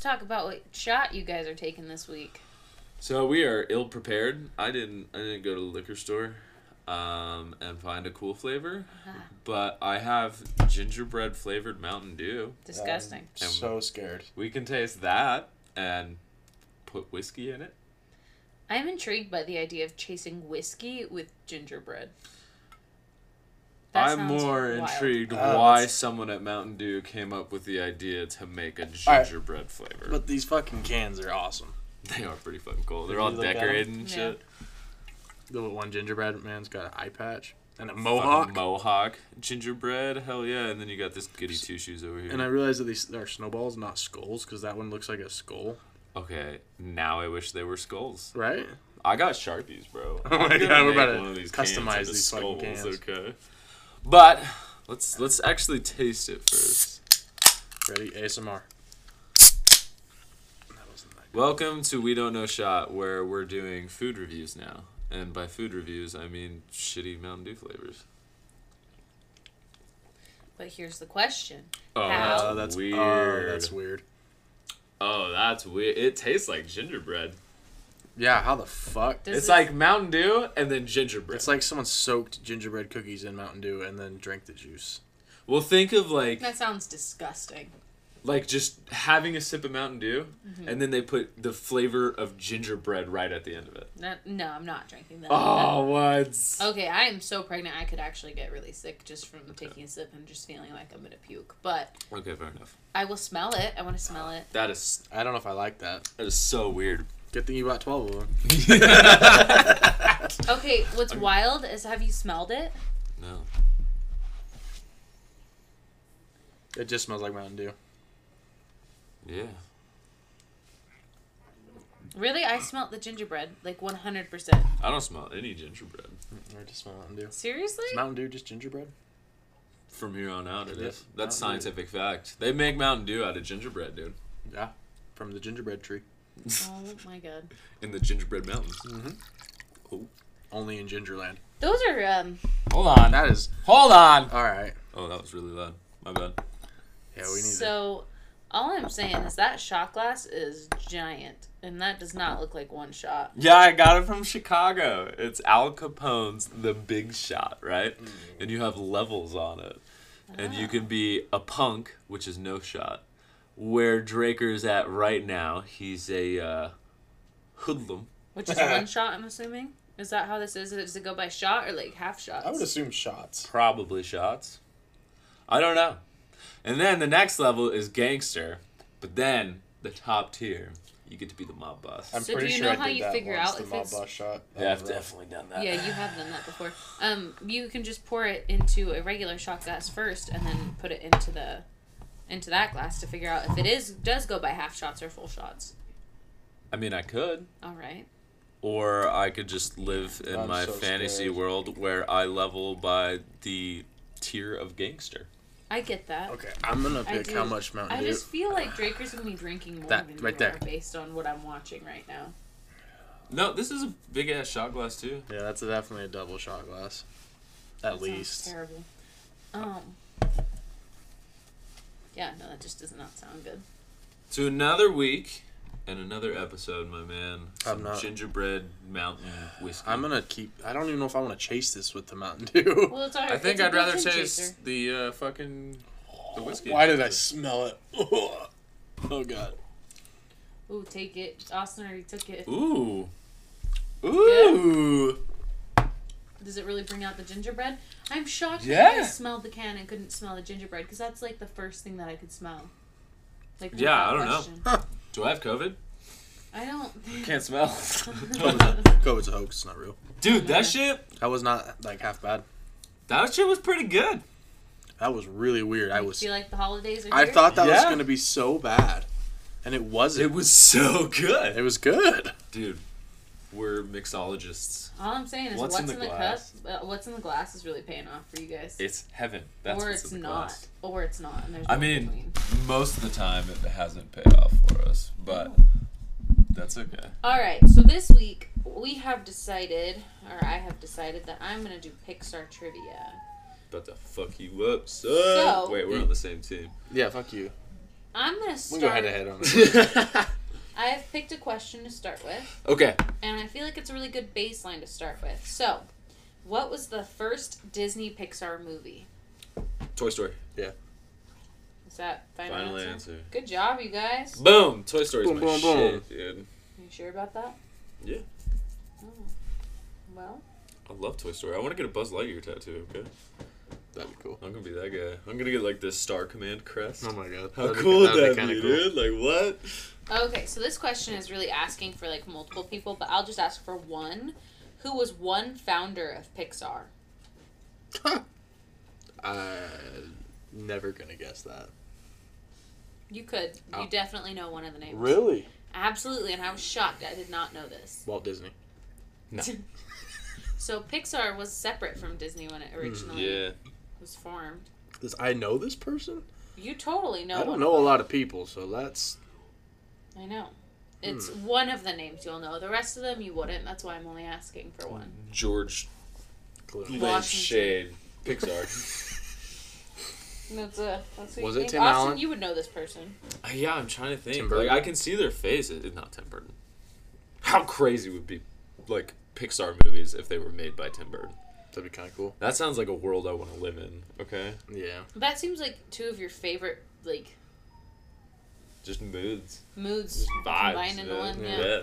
talk about what shot you guys are taking this week. So we are ill prepared. I didn't. I didn't go to the liquor store, um, and find a cool flavor, Uh-huh. but I have gingerbread flavored Mountain Dew. Disgusting. Um, And- so scared. We can taste that and put whiskey in it. I'm intrigued by the idea of chasing whiskey with gingerbread. That I'm sounds more wild. intrigued Uh, why let's- someone at Mountain Dew came up with the idea to make a Alright. gingerbread flavor. But these fucking cans are awesome. they are pretty fucking cool. They're Did all you look at 'em? decorated and Yeah. shit. The one gingerbread man's got an eye patch and a Fucking mohawk. mohawk, gingerbread, hell yeah! And then you got this goody two shoes over here. and I realized that these are snowballs, not skulls, because that one looks like a skull, okay, now I wish they were skulls. right? I got sharpies, bro. Oh my I'm gonna God, we're about make to one of these customize cans into these fucking skulls, cans. Okay, but let's let's actually taste it first. Ready? ASMR. That wasn't that good. Welcome to We Don't Know Shot, where we're doing food reviews now. And by food reviews, I mean shitty Mountain Dew flavors. But here's the question. Oh, How? Oh, that's weird. that's weird. Oh, that's weird. It tastes like gingerbread. Yeah, how the fuck? Does it's this- like Mountain Dew and then gingerbread. It's like someone soaked gingerbread cookies in Mountain Dew and then drank the juice. well, think of like That sounds disgusting. like just having a sip of Mountain Dew, Mm-hmm. and then they put the flavor of gingerbread right at the end of it. That, no, I'm not drinking that. Oh, what? Okay, I am so pregnant I could actually get really sick just from taking a sip and just feeling like I'm gonna puke. But Okay, fair enough. I will smell it. I want to smell it. That is I don't know if I like that. that is so weird. Good thing you bought 12 of them. Okay, what's wild is have you smelled it? No. It just smells like Mountain Dew. Yeah. Really, I smelled the gingerbread like 100%. I don't smell any gingerbread. Or just smell Mountain Dew. Is Seriously? Mountain Dew just gingerbread? From here on out, it Yeah, is. That's Mountain Dew. scientific fact. They make Mountain Dew out of gingerbread, dude. Yeah. From the gingerbread tree. Oh my god. In the gingerbread mountains. Mm-hmm. Only in Gingerland. Those are um Hold on. That is Hold on. all right. Oh, that was really loud. My bad. Yeah, we need to. so all I'm saying is that shot glass is giant and that does not look like one shot. Yeah, I got it from Chicago. It's Al Capone's The Big Shot, right? And you have levels on it. And you can be a punk, which is no shot. Where Draker's at right now, he's a uh, hoodlum. Which is one shot I'm assuming. Is that how this is? Does it go by shot or like half shots? I would assume shots. Probably shots. I don't know. And then the next level is gangster, but then the top tier, you get to be the mob boss. I'm So do pretty you sure know I how did you that figure once, out the if mob it's- boss shot. yeah, I've That was rough. definitely done that. yeah, you have done that before. Um, you can just pour it into a regular shot glass first, and then put it into the, into that glass to figure out if it is does go by half shots or full shots. I mean, I could, All right. or I could just live in I'm my so fantasy scared. world where I level by the tier of gangster. I get that. Okay, I'm gonna I pick do. how much Mountain I Dew. just feel like Draker's gonna be drinking more That, than right you there. are based on what I'm watching right now. No, this is a big ass shot glass too. Yeah, that's definitely a double shot glass. At That sounds least. terrible. Um. Yeah, no, that just does not sound good. To another week and another episode, my man. Some not- gingerbread mountain whiskey. I'm gonna keep. I don't even know if I want to chase this with the Mountain Dew. Well, it's alright. I think i I'd rather taste the uh, fucking the whiskey. Why did I smell it? oh god. Ooh, take it. Austin already took it. Ooh. Ooh. Does it really bring out the gingerbread? I'm shocked that you Yeah. guys smelled the can and couldn't smell the gingerbread because that's like the first thing that I could smell. Like Yeah, I without don't know. question. Do I have COVID? I don't. Can't smell. COVID's a hoax. It's not real. Dude, that shit, That was not like half bad. that shit was pretty good. That was really weird. I was. feel like the holidays are. I here? thought that was Yeah. gonna be so bad, and it wasn't. It was so It good. was good. Dude, we're mixologists. All I'm saying is What's what's, in in, the the, glass? cup, uh, what's in the glass is really paying off for you guys. It's heaven. That's or what's it's in the not. glass. Or it's not. And there's I no in mean, between. most of the time it hasn't paid off for us, but that's okay. All right. So this week we have decided, or I have decided that I'm gonna do Pixar trivia. About to fuck you up, son. So- Wait, we're on the same team. Yeah. Fuck you. I'm gonna We can go start. head to head on it. okay. I've picked a question to start with, and I feel like it's a really good baseline to start with. So, what was the first Disney Pixar movie? Toy Story. Is that final, Final answer? answer. Good job, you guys. Boom! Toy Story's Boom, my boom, boom. shit, dude. you sure about that? Yeah. Oh. Well, I love Toy Story. I want to get a Buzz Lightyear tattoo. Okay. That'd be cool. I'm gonna be that guy. I'm gonna get like this Star Command crest. Oh my god. How That'd be- cool would that'd that be be, kinda dude? Like what? okay. So this question is really asking for like multiple people, but I'll just ask for one. Who was one founder of Pixar? I'm never gonna guess that. You could. You Oh. definitely know one of the names. Really? Absolutely, and I was shocked. I did not know this. Walt Disney. No. so Pixar was separate from Disney when it Hmm, originally Yeah. was formed. This I know this person. You totally know. I don't one. know a lot Hmm. of people, so that's I know. It's one of the names you'll know. The rest of them you wouldn't. That's why I'm only asking Hmm. for one. George clear. Washington. Lynch Shade Pixar. That's a. That's who Was you it think. Tim Austin, Allen? you would know this person. Uh, yeah, I'm trying to think. Tim like Burton. I can see their faces. Not Tim Burton. How crazy would be like Pixar movies if they were made by Tim Burton? That'd be kind of cool. That sounds like a world I want to live in. Okay. Yeah. That seems like two of your favorite like Just moods. moods combined into yeah. one. Yeah. Yeah.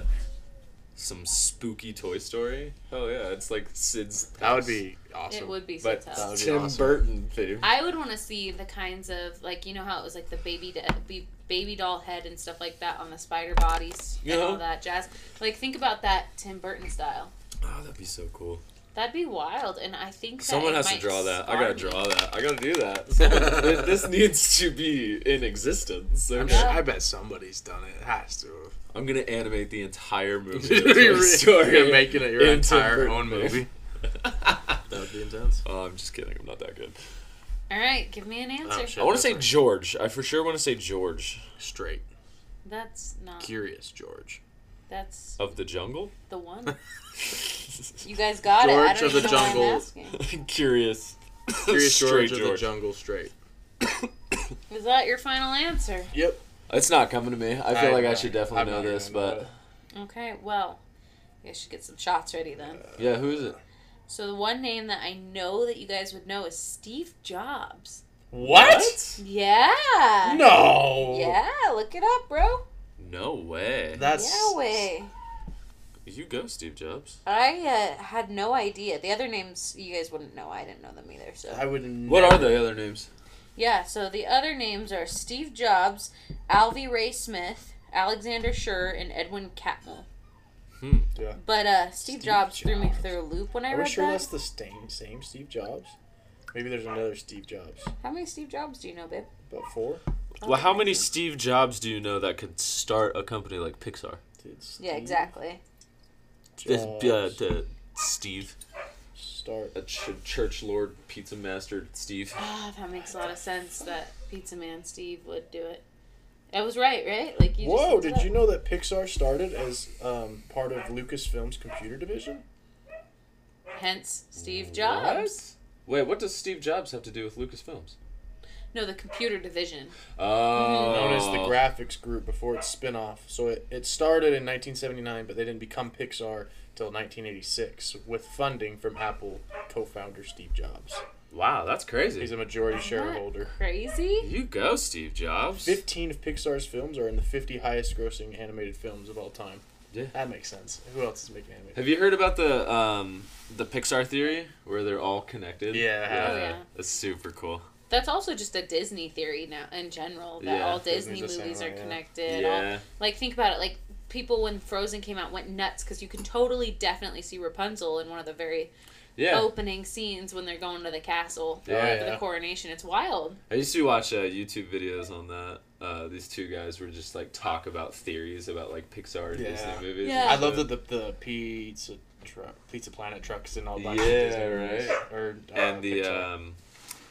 Some spooky Toy Story. Hell yeah! It's like Sid's. That would be awesome. It would be so But tough. would be Tim awesome. Burton theme. I would want to see the kinds of like you know how it was like the baby de- be- baby doll head and stuff like that on the spider bodies and all Yeah. that jazz. Like think about that Tim Burton style. Oh, that'd be so cool. That'd be wild, and I think that Someone it has to might draw that. I spark gotta me. draw that. I gotta do that. Someone- th- this needs to be in existence. I, I'm, bet, Yeah. I bet somebody's done it. It has to. have. I'm gonna animate the entire movie. of Toy You're Story. making it your in Tim entire Burton own movie. that would be intense. oh, I'm just kidding. I'm not that good. All right, give me an answer. shit. I want to say George. I for sure want to say George Straight, That's not. curious George. That's of the jungle. the one. You guys got it. I George don't of the even know why Jungle. I'm asking. Curious. Curious Straight George, of the jungle. Straight. Is that your final answer? Yep. It's not coming to me. I feel I- like I I- should definitely I'm know not gonna this, know but it. Okay, well, you guys should get some shots ready then. yeah, who is it? So the one name that I know that you guys would know is Steve Jobs. What? Yeah. No. Yeah, look it up, bro. No way. That's Yeah, way. You go, Steve Jobs. I uh, had no idea. The other names you guys wouldn't know. I didn't know them either. So I would. Never, What are the other names? yeah. So the other names are Steve Jobs, Alvy Ray Smith, Alexander Schur, and Edwin Catmull. Hmm. Yeah. But uh, Steve, Steve Jobs, threw me Jobs. through a loop when I Are we read sure that. that's the same same Steve Jobs? Maybe there's another Steve Jobs. How many Steve Jobs do you know, babe? About four. Well, how many Steve Jobs do you know that could start a company like Pixar? Dude, Steve Yeah, exactly. Uh, Jobs. uh, Steve, Start. a ch- church lord, pizza master, Steve. Ah, that makes a lot of sense that Pizza Man Steve would do it. I was right, right? Like you. Whoa! just Did you know that Pixar started as um, part of Lucasfilm's computer division? Hence Steve Jobs. Wait, what does Steve Jobs have to do with Lucasfilms? No, the computer division. Oh, known as the graphics group before its spin-off. So it, it started in 1979, but they didn't become Pixar till 1986 with funding from Apple co-founder Steve Jobs. Wow, that's He's crazy. a majority Isn't that shareholder. Crazy. You go, Steve Jobs. 15 of Pixar's films are in the 50 highest grossing animated films of all time. Yeah. That makes sense. Who else is making animated? Have you heard about the um, the Pixar theory where they're all connected? Yeah, I have. Oh, yeah. That's super cool. That's also just a Disney theory now in general that Yeah, all Disney Disney's the movies same are way, yeah. connected. all- yeah. like think about it. Like people when Frozen came out went nuts because you can totally definitely see Rapunzel in one of the very Yeah. Oh. opening scenes when they're going to the castle Yeah, for the yeah. coronation. It's wild. I used to watch uh, YouTube videos on that. Uh, these two guys were just like talk about theories about like Pixar and Yeah. Disney movies. Yeah. I love that the, the pizza truck, Pizza Planet trucks and all that. Yeah, movies. right. Or, uh, and the Pixar. Uh, um,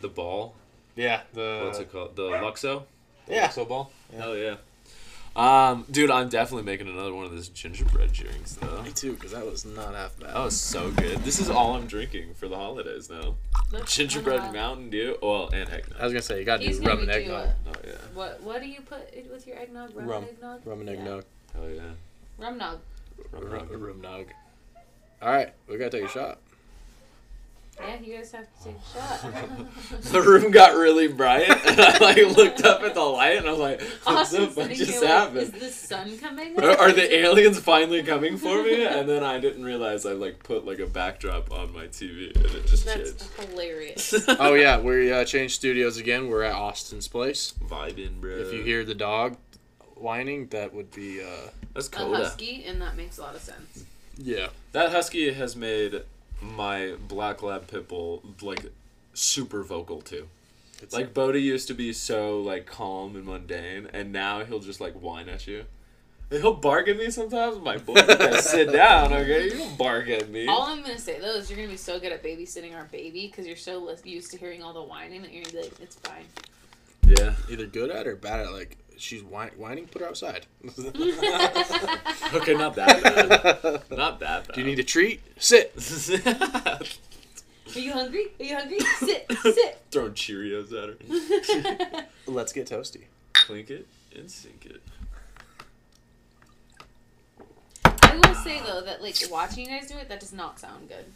the ball. yeah, the What's it called? The Luxo. The yeah. Luxo ball. Yeah. Hell yeah. Um, dude, I'm definitely making another one of those gingerbread drinks though. Me too, because that was not half bad. That was so good. This is all I'm drinking for the holidays now. Let's- Gingerbread uh, Mountain Dew. Well, and eggnog. I was gonna say you gotta He's do rum gonna and do eggnog. a, Oh yeah. what? What do you put it with your eggnog? Rum, Rum. eggnog. Rum and Yeah. eggnog. Oh yeah. Rum nog. Rum, Rum, rum. rum nog. All right, we gotta take a shot. Yeah, you guys have to take a shot. The room got really bright, and I like looked up at the light, and I was like, "What Austin's the fuck sitting just here like, happened?" Is the sun coming? are, are the aliens finally coming for me? And then I didn't realize I like put like a backdrop on my TV, and it just That's changed. hilarious. Oh, Oh yeah, we uh, changed studios again. We're at Austin's place. vibing, bro. If you hear the dog whining, that would be uh, that's A Coda. husky, and that makes a lot of sense. yeah. That husky has made my black lab pit bull like super vocal too. It's Like Bodhi used to be so like calm and mundane, and now he'll just like whine at you. And he'll bark at me sometimes. My boy, you gotta sit down, okay? You don't bark at me. All I'm gonna say though is you're gonna be so good at babysitting our baby because you're so lis- used to hearing all the whining that you're gonna be like, it's fine. Yeah. either good at or bad at. Like she's whine- whining, put her outside. Okay, not that bad. Not that bad. Do you need a treat? Sit. Are you hungry? Are you hungry? sit, sit. Throwing Cheerios at her. Let's get toasty. Clink it and sink it. I will say though that like watching you guys do it, that does not sound good.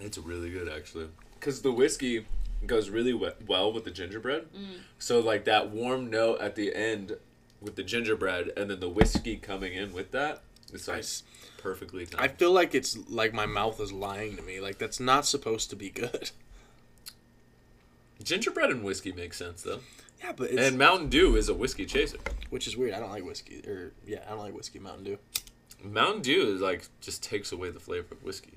It's really good, actually. Because the whiskey goes really we- well with the gingerbread. Mm. So, like, that warm note at the end with the gingerbread and then the whiskey coming in with that, it's like Nice. perfectly I timed. feel like it's like my mouth is lying to me. Like that's not supposed to be good. gingerbread and whiskey makes sense, though. Yeah, but it's and Mountain Dew is a whiskey chaser. which is weird. I don't like whiskey or yeah, I don't like whiskey Mountain Dew. Mountain Dew is like just takes away the flavor of whiskey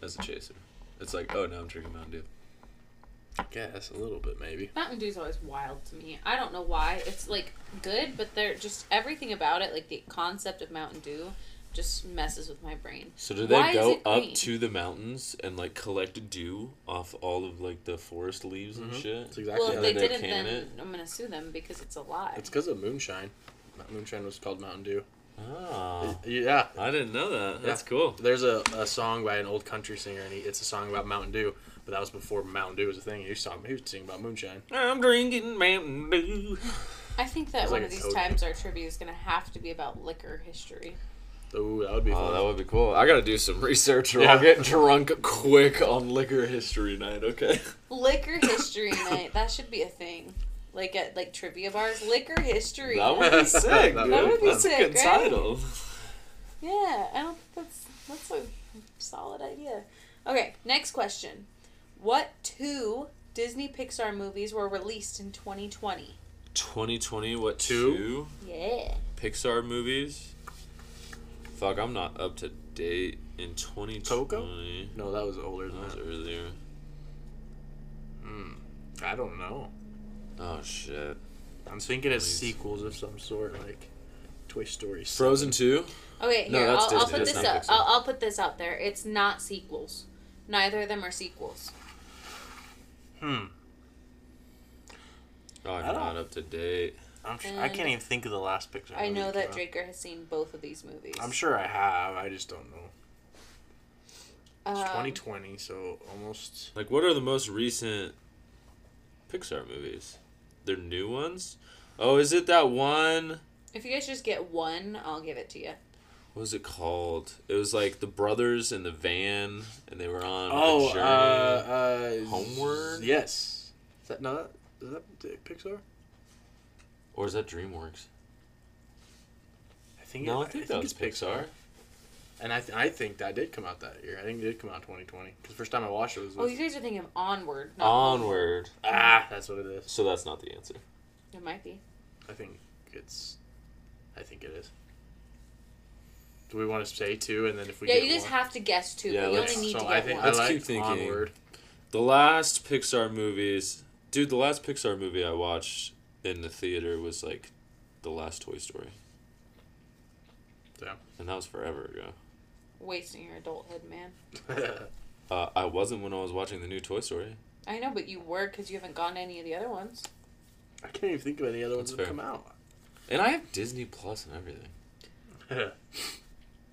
as a chaser. It's like, oh, now I'm drinking Mountain Dew. I guess a little bit maybe. Mountain Dew's always wild to me. I don't know why. It's like good, but they're just everything about it, like the concept of Mountain Dew, just messes with my brain. So do they Why is go it up green? to the mountains and like collect dew off all of like the forest leaves and That's shit? exactly. Well, how if Yeah, they they didn't, can then it. I'm gonna sue them because it's a lie. It's because of moonshine. Mo- Moonshine was called Mountain Dew. Oh, Yeah. I didn't know that. That's Yeah. cool. There's a, a song by an old country singer, and he, it's a song about Mountain Dew, but that was before Mountain Dew was a thing. He was talking, he was singing about moonshine. I'm drinking Mountain Dew. I think that It's one like of a these soda. times our trivia is gonna have to be about liquor history. Ooh, that would be Oh, fun. that would be cool. I gotta do some research or I'll Yeah. get drunk quick on liquor history night. Okay. Liquor history night. That should be a thing. Like at like trivia bars, liquor history. That night. would be sick. That dude. would be That's sick, a good right? title. Yeah, I don't think that's that's a solid idea. Okay, next question. What two Disney Pixar movies were released in 2020? 2020. What Two? two Yeah. Pixar movies? Fuck, I'm not up to date in 2020. no, that was older than That was that. earlier. I don't know. Oh shit. I'm thinking it's Please. sequels of some sort, like Toy Story. Frozen 2? Okay, No, here that's I'll, I'll Disney. put That's this not up. Pixar. I'll, I'll put this out there. It's not sequels. Neither of them are sequels. Oh, I'm I don't- not up to date. I'm sh- I can't even think of the last picture. I know that Draker has seen both of these movies. I'm sure I have. I just don't know. It's Um, 2020, so almost. Like, what are the most recent Pixar movies? They're new ones? Oh, is it that one? If you guys just get one, I'll give it to you. What was it called? It was like the brothers in the van, and they were on Oh, a uh, journey. uh, Homeward? Yes. Is that not? Is that D- Pixar? or is that DreamWorks? I think. no, it- I think that was Pixar. And I, th- I think that did come out that year. I think it did come out in 2020. Because first time I watched it was. Oh, with- you guys are thinking of Onward. not Home. Onward. ah, that's what it is. So that's not the answer. It might be. I think it's. I think it is. Do we want to say two, and then if we yeah, get you guys one- have to guess two, Yeah, but you let's- only need so to I get think one. I Let's like keep thinking. Onward. The last Pixar movies, dude. The last Pixar movie I watched in the theater was like, the last Toy Story, Yeah. and that was forever ago. Wasting your adulthood, man. Uh, I wasn't when I was watching the new Toy Story. I know, but you were because you haven't gone to any of the other ones. I can't even think of any other ones That's that fair. have come out. And I have Disney Plus and everything.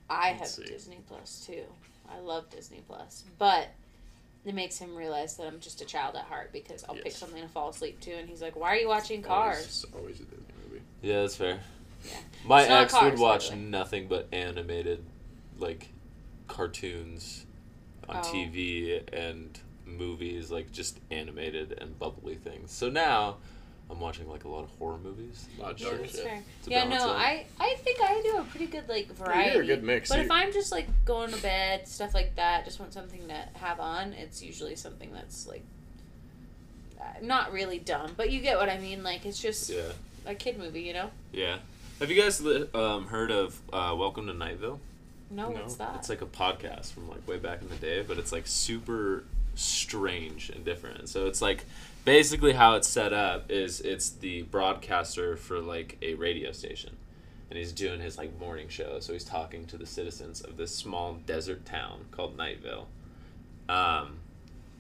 I have Let's see. Disney Plus too. I love Disney Plus, but it makes him realize that I'm just a child at heart because I'll pick Yes. something to fall asleep to, and he's like, "Why are you watching Cars?" Always, always a Disney movie. Yeah, that's fair. Yeah. My It's not ex Cars, would by watch the way. nothing but animated, like, cartoons on Oh. TV and movies, like just animated and bubbly things. So now, I'm watching like a lot of horror movies. A lot of Yeah, dark that's shit. fair. It's a Yeah, balance no, of- I, I think I do a pretty good like variety. good mix, But you- if I'm just like going to bed, stuff like that, just want something to have on. It's usually something that's like uh, not really dumb, but you get what I mean. Like it's just Yeah, a kid movie, you know? yeah. Have you guys li- um, heard of uh, Welcome to Nightville? No, No, what's that? It's like a podcast from like way back in the day, but it's like super strange and different. So it's like basically how it's set up is it's the broadcaster for like a radio station. And he's doing his like morning show, so he's talking to the citizens of this small desert town called Nightville. Um,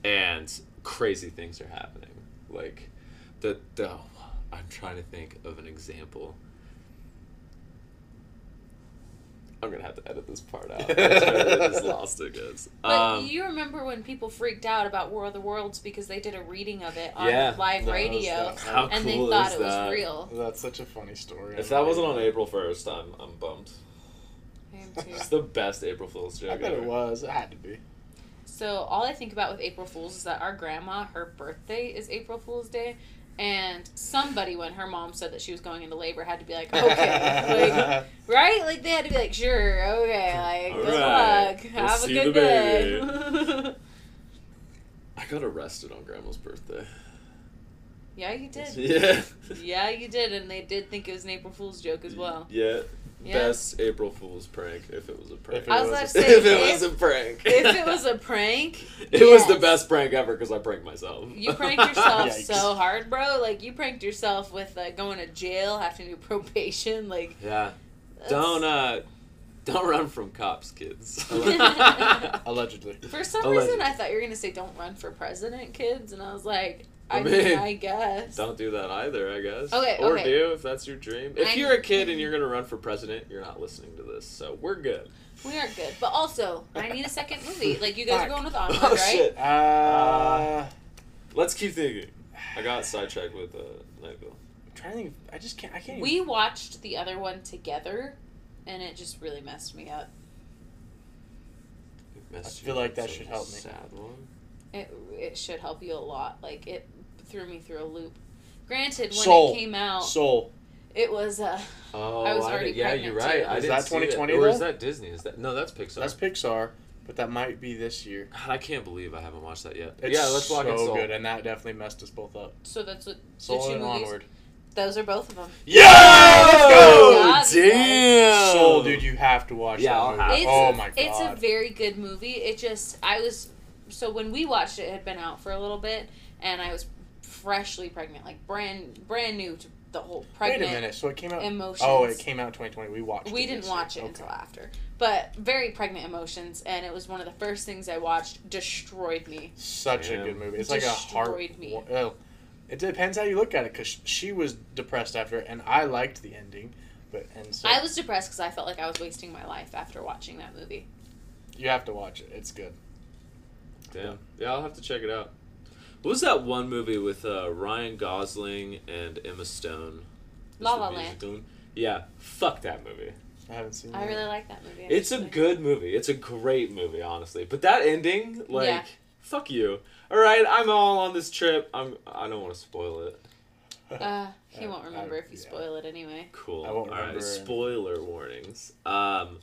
and crazy things are happening. Like the the I'm trying to think of an example. I'm gonna have to edit this part out. I just lost it, guys. but Um, you remember when people freaked out about War of the Worlds because they did a reading of it on Yeah. live That was- radio that- How and they cool thought is it was that? real. That's such a funny story. If that wasn't on April first, I'm I'm bummed. I am too. It's the best April Fool's joke. I bet it ever. was. It had to be. So all I think about with April Fools is that our grandma, her birthday is April Fool's Day, and somebody when her mom said that she was going into labor had to be like, okay, like, right? Like they had to be like, sure, okay, like All good right. luck, We'll have a see the good day. I got arrested on Grandma's birthday. yeah, you did. Yeah. Yeah, you did, and they did think it was an April Fool's joke as well. Yeah. Yeah. Best April Fool's prank, if it was a prank. If I was about to say, if if, it was if, a prank. it was a prank, It was the yes. best prank ever because I pranked myself. You pranked yourself Yikes. so hard, bro. Like you pranked yourself with uh, going to jail, having to do probation. Like yeah. that's- Don't uh, don't run from cops, kids. I Allegedly. For some Alleged. reason, I thought you were gonna say "Don't run for president, kids," and I was like, "I, I mean, mean, I guess." don't do that either, I guess. Okay, Or okay. do if that's your dream. If I- you're a kid and you're gonna run for president, you're not listening to this, so we're good. We are good, but also, I need a second movie. Like you guys Fuck. are going with Onward, oh right? shit! Uh, Let's keep thinking. I got sidetracked with uh, Nightville. I'm trying to think. Of, I just can't. I can't. even- We watched the other one together, and it just really messed me up. It messed I you feel up like with that some should help me. Sad one. It it should help you a lot. Like it threw me through a loop. Granted, when Soul. it came out, Soul. it was uh, Oh, I was already did- yeah, pregnant, you're too. right. I Is didn't that see 2020 Or though? is that Disney? Is that no? That's Pixar. That's Pixar, but that might be this year. God, I can't believe I haven't watched that yet. It's yeah, let's walk so in Soul. good, and that definitely messed us both up. so that's what the Soul two and movies. Onward. Those are both of them. Yeah, let's go! God, you guys. Damn, Soul, dude, you have to watch Yeah, that I'll movie. have It's, oh my god. It's a very good movie. It just I was so when we watched it, it had been out for a little bit, and I was freshly pregnant, like brand brand new to the whole pregnant. Wait a minute. So it came out. emotions. Oh, it came out in 2020. We watched. We it didn't this watch it year. until after, but very pregnant emotions, and it was one of the first things I watched. Destroyed me. Such Damn. a good movie. It's like a heart. Destroyed me. Well, it depends how you look at it, because she was depressed after it, and I liked the ending, but and so I was depressed because I felt like I was wasting my life after watching that movie. you have to watch it. It's good. Damn. Yeah, I'll have to check it out. What was that one movie with uh, Ryan Gosling and Emma Stone? It's La the La musical one. Yeah, fuck that movie. I haven't seen. I it. really like that movie. It's a actually. good movie. It's a great movie, honestly. But that ending, like, Yeah. fuck you. All right, I'm all on this trip. I'm. I don't want to spoil it. Uh, he I- won't I- remember if you yeah. spoil it anyway. Cool. I won't All right, remember. Spoiler warnings. Um,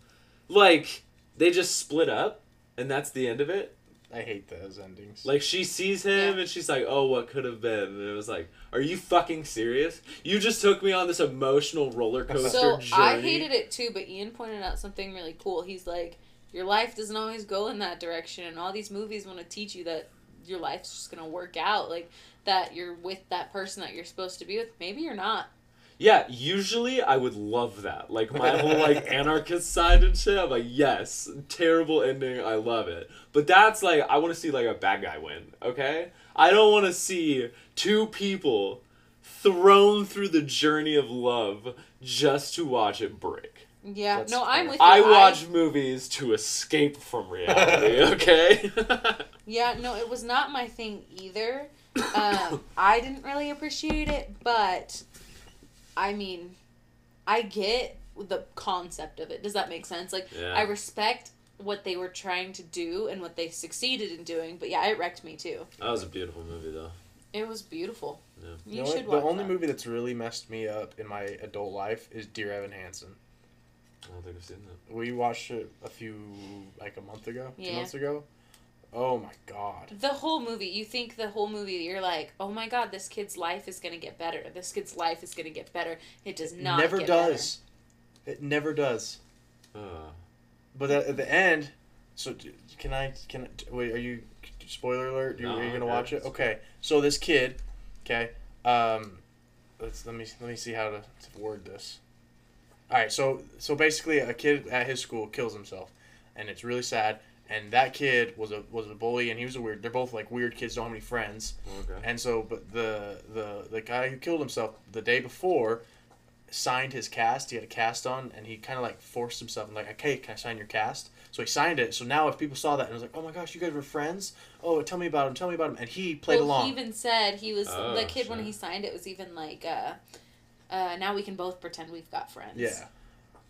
like they just split up, and that's the end of it. I hate those endings. Like she sees him Yeah. and she's like, "Oh, what could have been?" And it was like, "Are you fucking serious? You just took me on this emotional roller coaster So journey." I hated it too, but Ian pointed out something really cool. He's like, your life doesn't always go in that direction, and all these movies want to teach you that your life's just gonna work out, like that you're with that person that you're supposed to be with. Maybe you're not. Yeah, usually I would love that. Like my whole like anarchist side and shit. I'm like, yes, terrible ending. I love it. But that's like, I want to see like a bad guy win. Okay, I don't want to see two people thrown through the journey of love just to watch it break. Yeah. That's no, I'm fair. with you. I watch movies to escape from reality, okay? Yeah, no, it was not my thing either. Um, I didn't really appreciate it, but I mean, I get the concept of it. Does that make sense? Like, Yeah. I respect what they were trying to do and what they succeeded in doing, but yeah, it wrecked me too. that was a beautiful movie, though. It was beautiful. Yeah. You know what? should watch The only that. movie that's really messed me up in my adult life is Dear Evan Hansen. I don't think I've seen that. We watched it a few, like a month ago, two Yeah. months ago. Oh my god. The whole movie, you think the whole movie, you're like, oh my god, this kid's life is gonna get better. This kid's life is gonna get better. It does not. never get does. It never does. Uh, But at, at the end, so d- can I? Can I- wait? Are you? Spoiler alert! You, No, are you gonna okay. watch it? Okay. So this kid, okay. Um, let's let me let me see how to, to word this. All right. So so basically, a kid at his school kills himself, and it's really sad. And that kid was a was a bully, and he was a weird. They're both like weird kids, don't have any friends. okay. And so, but the the the guy who killed himself the day before signed his cast. He had a cast on, and he kind of like forced himself and like, okay, can I sign your cast? So he signed it. So now if people saw that and was like, oh my gosh, you guys were friends. Oh, tell me about him. Tell me about him. And he played well, along. He even said he was Oh, the kid when shit. he signed it was even like, uh, uh, now we can both pretend we've got friends. yeah.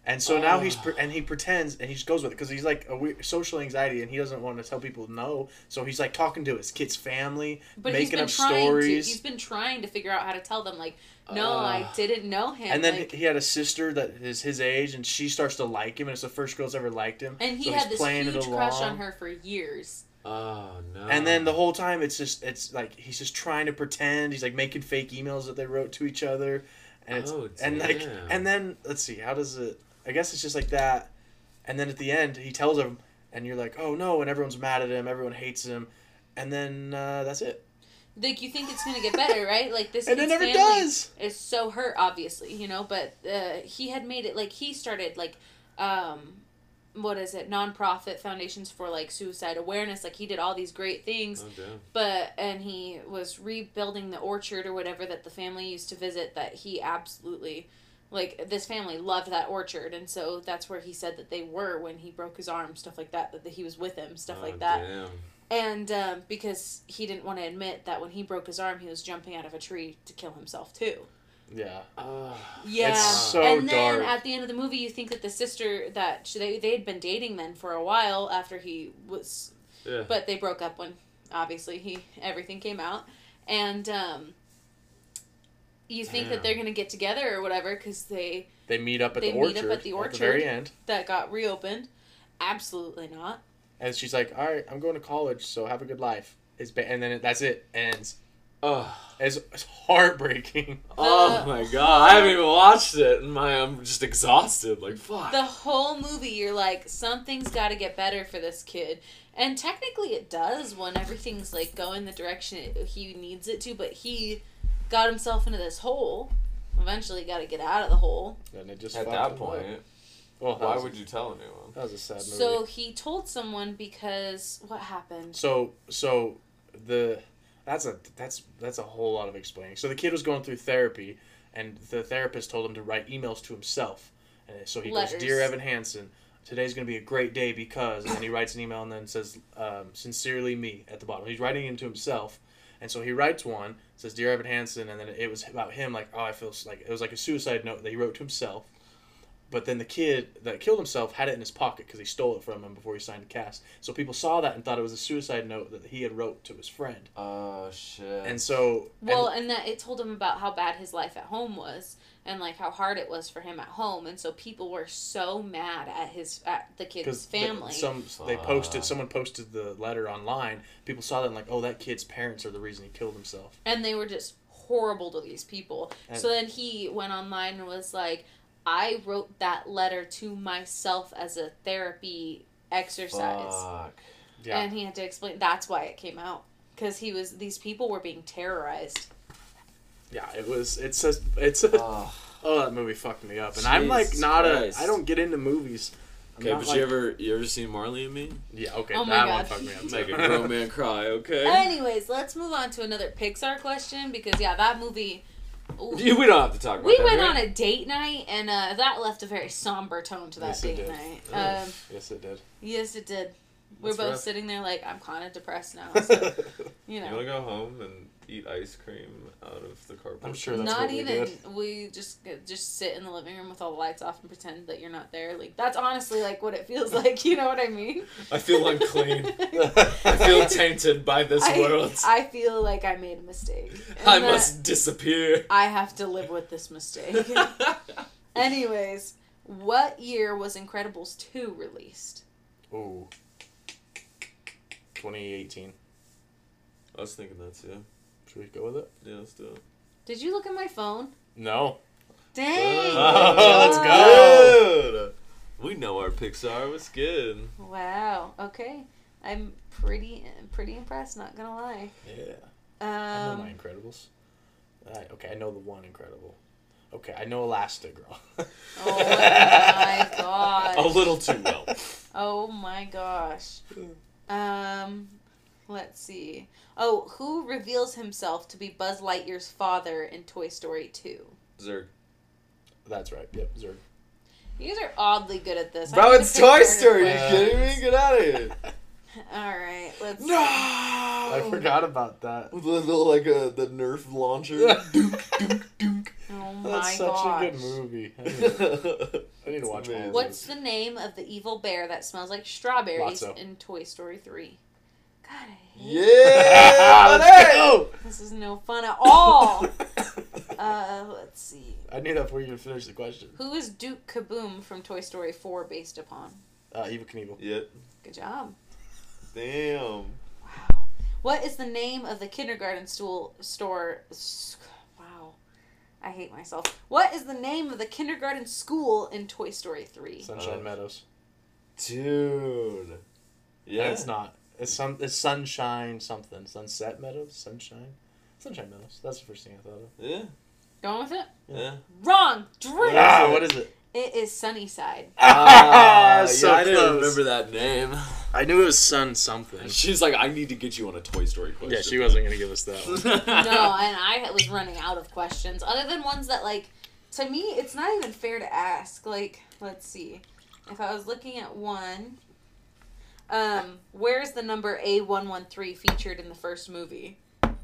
And so now Ah. he's pre- and he pretends and he just goes with it because he's like a weird, social anxiety and he doesn't want to tell people no. So he's like talking to his kid's family, But he's making been up trying stories. to. He's been trying to figure out how to tell them like, no, I Ugh. didn't know him. And then like, he had a sister that is his age, and she starts to like him, and it's the first girl's ever liked him. and he so had he's this playing it huge crush along. on her for years. Oh, no. And then the whole time, it's just it's like he's just trying to pretend. He's like making fake emails that they wrote to each other, and it's Oh, and like damn. and then let's see, how does it? I guess it's just like that. And then at the end, he tells him, and you're like, oh no, and everyone's mad at him, everyone hates him, and then uh, that's it. Like you think it's gonna get better, right? Like this. And it kid's never family does. Is so hurt, obviously, you know. But uh, he had made it like he started like, um, what is it? Nonprofit foundations for like suicide awareness. Like he did all these great things. Oh, damn. but and he was rebuilding the orchard or whatever that the family used to visit that he absolutely like this family loved that orchard and so that's where he said that they were when he broke his arm stuff like that that he was with him stuff Oh, like that Damn. and um, because he didn't want to admit that when he broke his arm he was jumping out of a tree to kill himself too Yeah, Ah. yeah so and then dark. at the end of the movie you think that the sister that she, they, they had been dating then for a while after he was yeah. but they broke up when obviously he everything came out and um you think Damn. that they're gonna get together or whatever because they they meet up at They the meet orchard up at the the very orchard. end, that got reopened absolutely not and she's like, all right, I'm going to college, so have a good life. It's ba- and then it, that's it ends. Ugh. It's, it's heartbreaking. Ah. oh The- my god, I haven't even watched it, and my I'm just exhausted. Like fuck. the whole movie you're like something's got to get better for this kid and technically it does when everything's like going the direction it, he needs it to but he got himself into this hole eventually got to get out of the hole And it just At fucked that him up. point, well, that why was- would you tell anyone? That was a sad movie. so he told someone because what happened so so the that's a that's that's a whole lot of explaining. So the kid was going through therapy, and the therapist told him to write emails to himself. And so he Letters. goes, "Dear Evan Hansen, today's going to be a great day because." And then he writes an email and then says, um, "Sincerely, me" at the bottom. He's writing it to himself, and so he writes one says, "Dear Evan Hansen," and then it was about him. Like, oh, I feel s- like it was like a suicide note that he wrote to himself. But then the kid that killed himself had it in his pocket because he stole it from him before he signed the cast. So people saw that and thought it was a suicide note that he had wrote to his friend. Oh shit. And so, and- Well, and, that it told him about how bad his life at home was and like how hard it was for him at home and so people were so mad at his at the kid's they- family. some they posted Fuck. someone posted the letter online. People saw that and like, oh, that kid's parents are the reason he killed himself. and they were just horrible to these people. And- so then he went online and was like, I wrote that letter to myself as a therapy exercise. fuck. Yeah, And he had to explain that's why it came out. Because he was these people were being terrorized. yeah. It was it's a it's a, oh. Ugh. that movie fucked me up. And I'm like Jesus not Christ. a I don't get into movies. I'm Okay, not but like- you ever you ever seen Marley and Me? yeah okay Oh my that God. one fucked Make a me up. grown man cry, okay? Anyways, let's move on to another Pixar question because yeah, that movie Ooh. You- we don't have to talk about We that. went do on a date night, and uh, that left a very somber tone to that Yes, it date did. night. Ugh. Um, yes, it did. yes, it did. We're That's both rough. sitting there like I'm kind of depressed now. So, you You want know, to go home and eat ice cream out of the cardboard? I'm sure that's not what we even. did. We just just sit in the living room with all the lights off and pretend that you're not there. Like that's honestly like what it feels like. You know what I mean? I feel unclean. I feel tainted by this I, world. I feel like I made a mistake. and I that must disappear. I have to live with this mistake. Anyways, what year was Incredibles 2 released? Ooh. 2018. I was thinking that too. Should we go with it? Yeah, let's do it. Did you look at my phone? No. Dang! Oh, let's go. We know our Pixar was good. Wow. Okay. I'm pretty pretty impressed, not gonna lie. Yeah. I know Oh my Um, Incredibles. I, okay, I know the one Incredible. Okay, I know Elastigirl. oh my A gosh. little too well. Oh my gosh. Hmm. Um, let's see. Oh, who reveals himself to be Buzz Lightyear's father in Toy Story 2? Zerg. That's right. Yep, Zerg. You guys are oddly good at this. I Bro, need to it's pick Toy harder Story. You questions. kidding me? Get out of here. All right, let's. No. I forgot about that. With the little like uh, the Nerf launcher. dunk, dunk, dunk. Oh my That's such gosh. a good movie. I need, That's I need to watch more. of amazing. What's the name of the evil bear that smells like strawberries Lotso. in Toy Story 3? God, I hate Yeah. Ah, Let's go! this is no fun at all. uh, let's see. I knew that before you even finished the question. Who is Duke Kaboom from Toy Story 4 based upon? Uh, Evil Knievel. Yep. Good job. Damn. Wow. What is the name of the kindergarten stool store? s- Wow. I hate myself. What is the name of the kindergarten school in Toy Story 3? Sunshine Uh, Meadows. Dude. Yeah. Yeah. it's not. It's some. It's Sunshine something. Sunset Meadows. Sunshine. Sunshine Meadows. That's the first thing I thought of. Yeah. Going with it? Yeah. Wrong! Drew! Yeah. Ah, what is it? It is Sunnyside. Ah, so yeah, I didn't close. remember that name. I knew it was Sun something. She's like, I need to get you on a Toy Story question. Yeah, she wasn't gonna give us that one. no, and I was running out of questions other than ones that like to me it's not even fair to ask. Like, let's see. If I was looking at one um where's the number A113 featured in the first movie?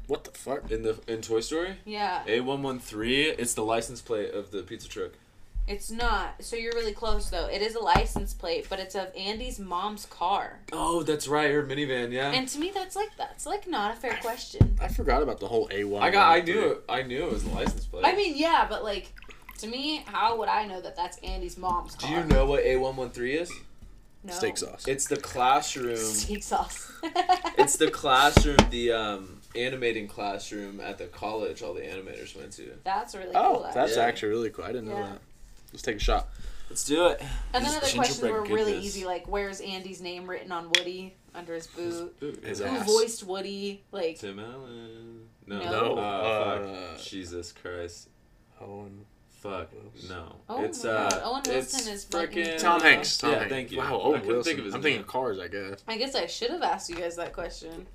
What the fuck? in the in Toy Story. Yeah. A one one three. It's the license plate of the pizza truck. It's not. So you're really close though. It is a license plate, but it's of Andy's mom's car. Oh, that's right, her minivan. Yeah. And to me that's like that's like not a fair question. I forgot about the whole A one. I got. I knew. It, I knew it was the license plate. I mean, yeah, but like to me, how would I know that that's Andy's mom's car? do you know what A one one three is? No. Steak sauce. It's the classroom. Steak sauce. It's the classroom. The um, animating classroom at the college. All the animators went to. That's really cool. oh, actually. that's Yeah. actually really cool. I didn't know Yeah. that. Let's take a shot. Let's do it. and then Just other questions were gingerbread really goodness. easy, like where's Andy's name written on Woody under his boot? Is Who ass. voiced Woody? Like Tim Allen. No. No. Oh, Uh, fuck. Jesus Christ. Owen. Fuck. Wilson. No. Oh it's my uh. God. Owen Wilson it's is fucking- freaking Tom Hanks, yeah. Thank you. Wow, I Owen couldn't Wilson. Think of his I'm name. thinking of cars, I guess. I guess I should have asked you guys that question.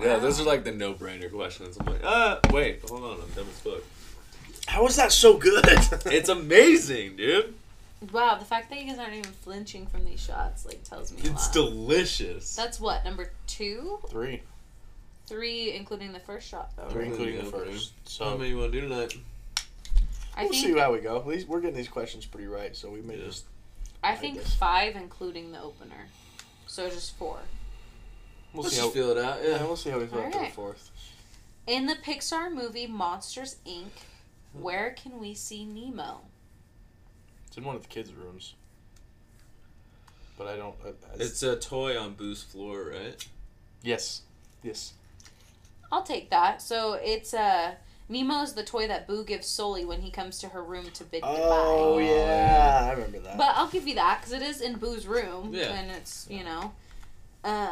Yeah, those are like the no-brainer questions. I'm like, uh, wait, hold on, I'm dumb as fuck. How is that so good? It's amazing, dude. Wow, the fact that you guys aren't even flinching from these shots like tells me a lot. It's delicious. That's what number two, three. three, including the first shot though. Three, Right? including the Yeah, okay. first. How So many you want to do tonight? I we'll see think how we go. At least we're getting these questions pretty right, so we may Yeah. just. I think five, including the opener. So just four. We'll Let's see just how. feel it out. Yeah, Yeah. we'll see how we feel after the Alright. fourth. In the Pixar movie Monsters Inc., where can we see Nemo? It's in one of the kids' rooms. But I don't. I, I- It's a toy on Boo's floor, right? yes, yes. I'll take that. So it's uh Nemo's the toy that Boo gives Sully when he comes to her room to bid Oh goodbye. yeah, I remember that. But I'll give you that because it is in Boo's room, Yeah. and it's you know, um,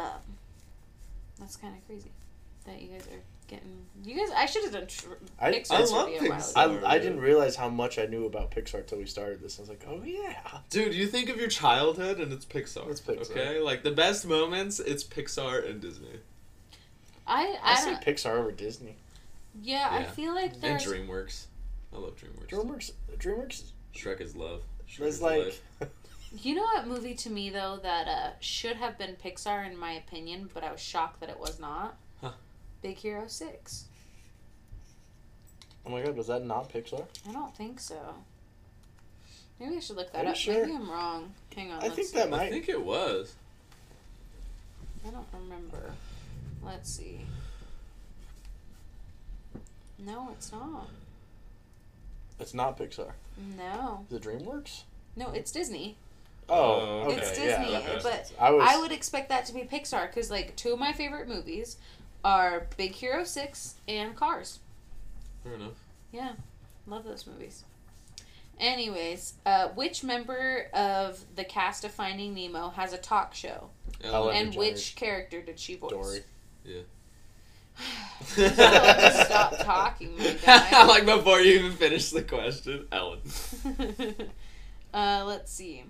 that's kind of crazy that you guys are getting. You guys, I should have done tr- I- Pixar I love trivia a while Pixar. ago. I, I didn't realize how much I knew about Pixar till we started this. I was like, oh yeah. Dude, you think of your childhood and it's Pixar. It's Pixar. Okay, like the best moments, it's Pixar and Disney. I I, I say don't. Pixar over Disney. Yeah, I Yeah. feel like And there's. DreamWorks. I love DreamWorks. DreamWorks, DreamWorks, Shrek is love. Shrek was is like, life. You know what movie to me though that uh, should have been Pixar in my opinion, but I was shocked that it was not. Huh. Big Hero Six. oh my god, was that not Pixar? I don't think so. Maybe I should look Are that you up. sure? Maybe I'm wrong. Hang on. I let's think see. that I might. think it was. I don't remember. Let's see. No, it's not. It's not Pixar. No, Is it DreamWorks? no, it's Disney. Oh, Oh, okay, it's yeah, Disney, that makes but sense. I was. I would expect that to be Pixar because like two of my favorite movies are Big Hero Six and Cars. Fair enough. Yeah, love those movies. Anyways, uh, which member of the cast of Finding Nemo has a talk show, Ellen. and DeGeneres. which character did she voice? Dory. Stop talking, my guy. like before you even finish the question, Ellen. uh, let's see.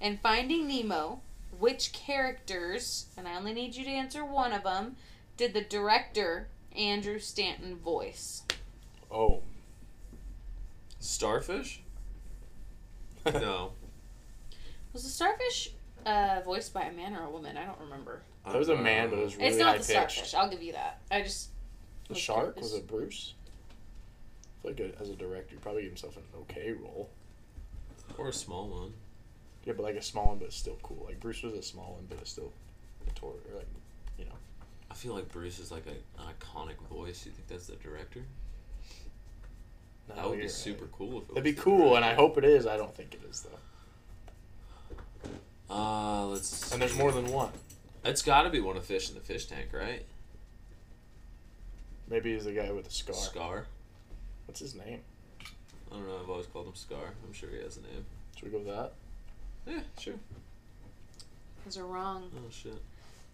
In Finding Nemo, which characters, and I only need you to answer one of them, did the director Andrew Stanton voice? Oh. Starfish? No. Was the starfish uh, voiced by a man or a woman? I don't remember. I That was a don't man, know. but it was really It's not high the pitched. starfish. I'll give you that. I just The was shark curious. was it Bruce? I feel like a, as a director, he probably gave himself an okay role. Or a small one. Yeah, but like a small one, but still cool. Like Bruce was a small one, but it's still a tour. Or like, you know, I feel like Bruce is like a, an iconic voice. You think that's the director? not That would be weird, super Oh, right? cool if it That'd was be the cool, and I director. hope it is. I don't think it is though. Uh, let's. And there's more than one. It's got to be one of Fish in the Fish Tank, right? Maybe he's the guy with the scar. Scar. What's his name? I don't know. I've always called him Scar. I'm sure he has a name. Should we go with that? Yeah, sure. was wrong. Oh shit.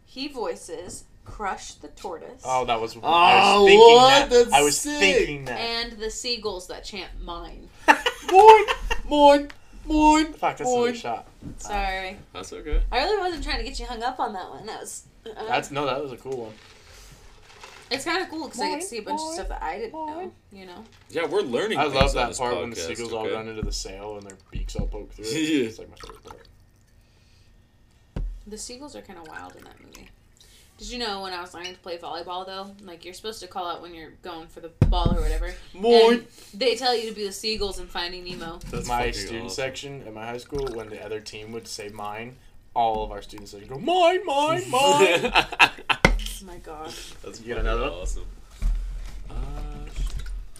He voices Crush the Tortoise Oh, that was. I Oh, was thinking what? That. That's I was sick. thinking that. and the seagulls that chant mine. Moin, moin, moin, Fuck, that's another shot. Sorry. That's okay. I really wasn't trying to get you hung up on that one. That was. uh, That's no, that was a cool one. it's kind of cool because I get to see a bunch of Boing, stuff that I didn't know. boing. You know. Yeah, we're learning. I things love on that this part when the podcast, seagulls all okay? run into the sail and their beaks all poke through. It. Yeah. It's like my favorite part. The seagulls are kind of wild in that movie. Did you know when I was learning to play volleyball though, like you're supposed to call out when you're going for the ball or whatever. And they tell you to be the seagulls in Finding Nemo. That's my fucking student awesome. section at my high school, when the other team would say mine, all of our students would go mine, mine, mine. Oh my gosh. That's You got fucking another one? awesome. Uh,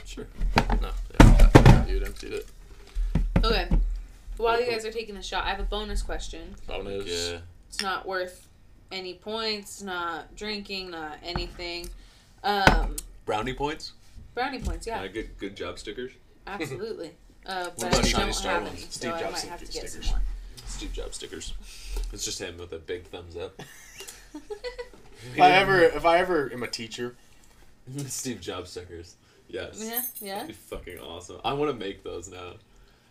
sh- sure. no, yeah, dude, emptied it. Okay. While you guys are taking the shot, I have a bonus question. Bonus. Yeah. It's not worth any points, not drinking, not anything. Um, Brownie points. brownie points, yeah, Uh, good, good job stickers. absolutely. Uh, but about I shiny don't star have ones? any, so Steve I might Jobs have to stickers. get some more. Steve Jobs stickers. It's just him with a big thumbs up. If I ever, if I ever am a teacher, Steve Jobs stickers. Yes. yeah, yeah. That'd be fucking awesome. I want to make those now.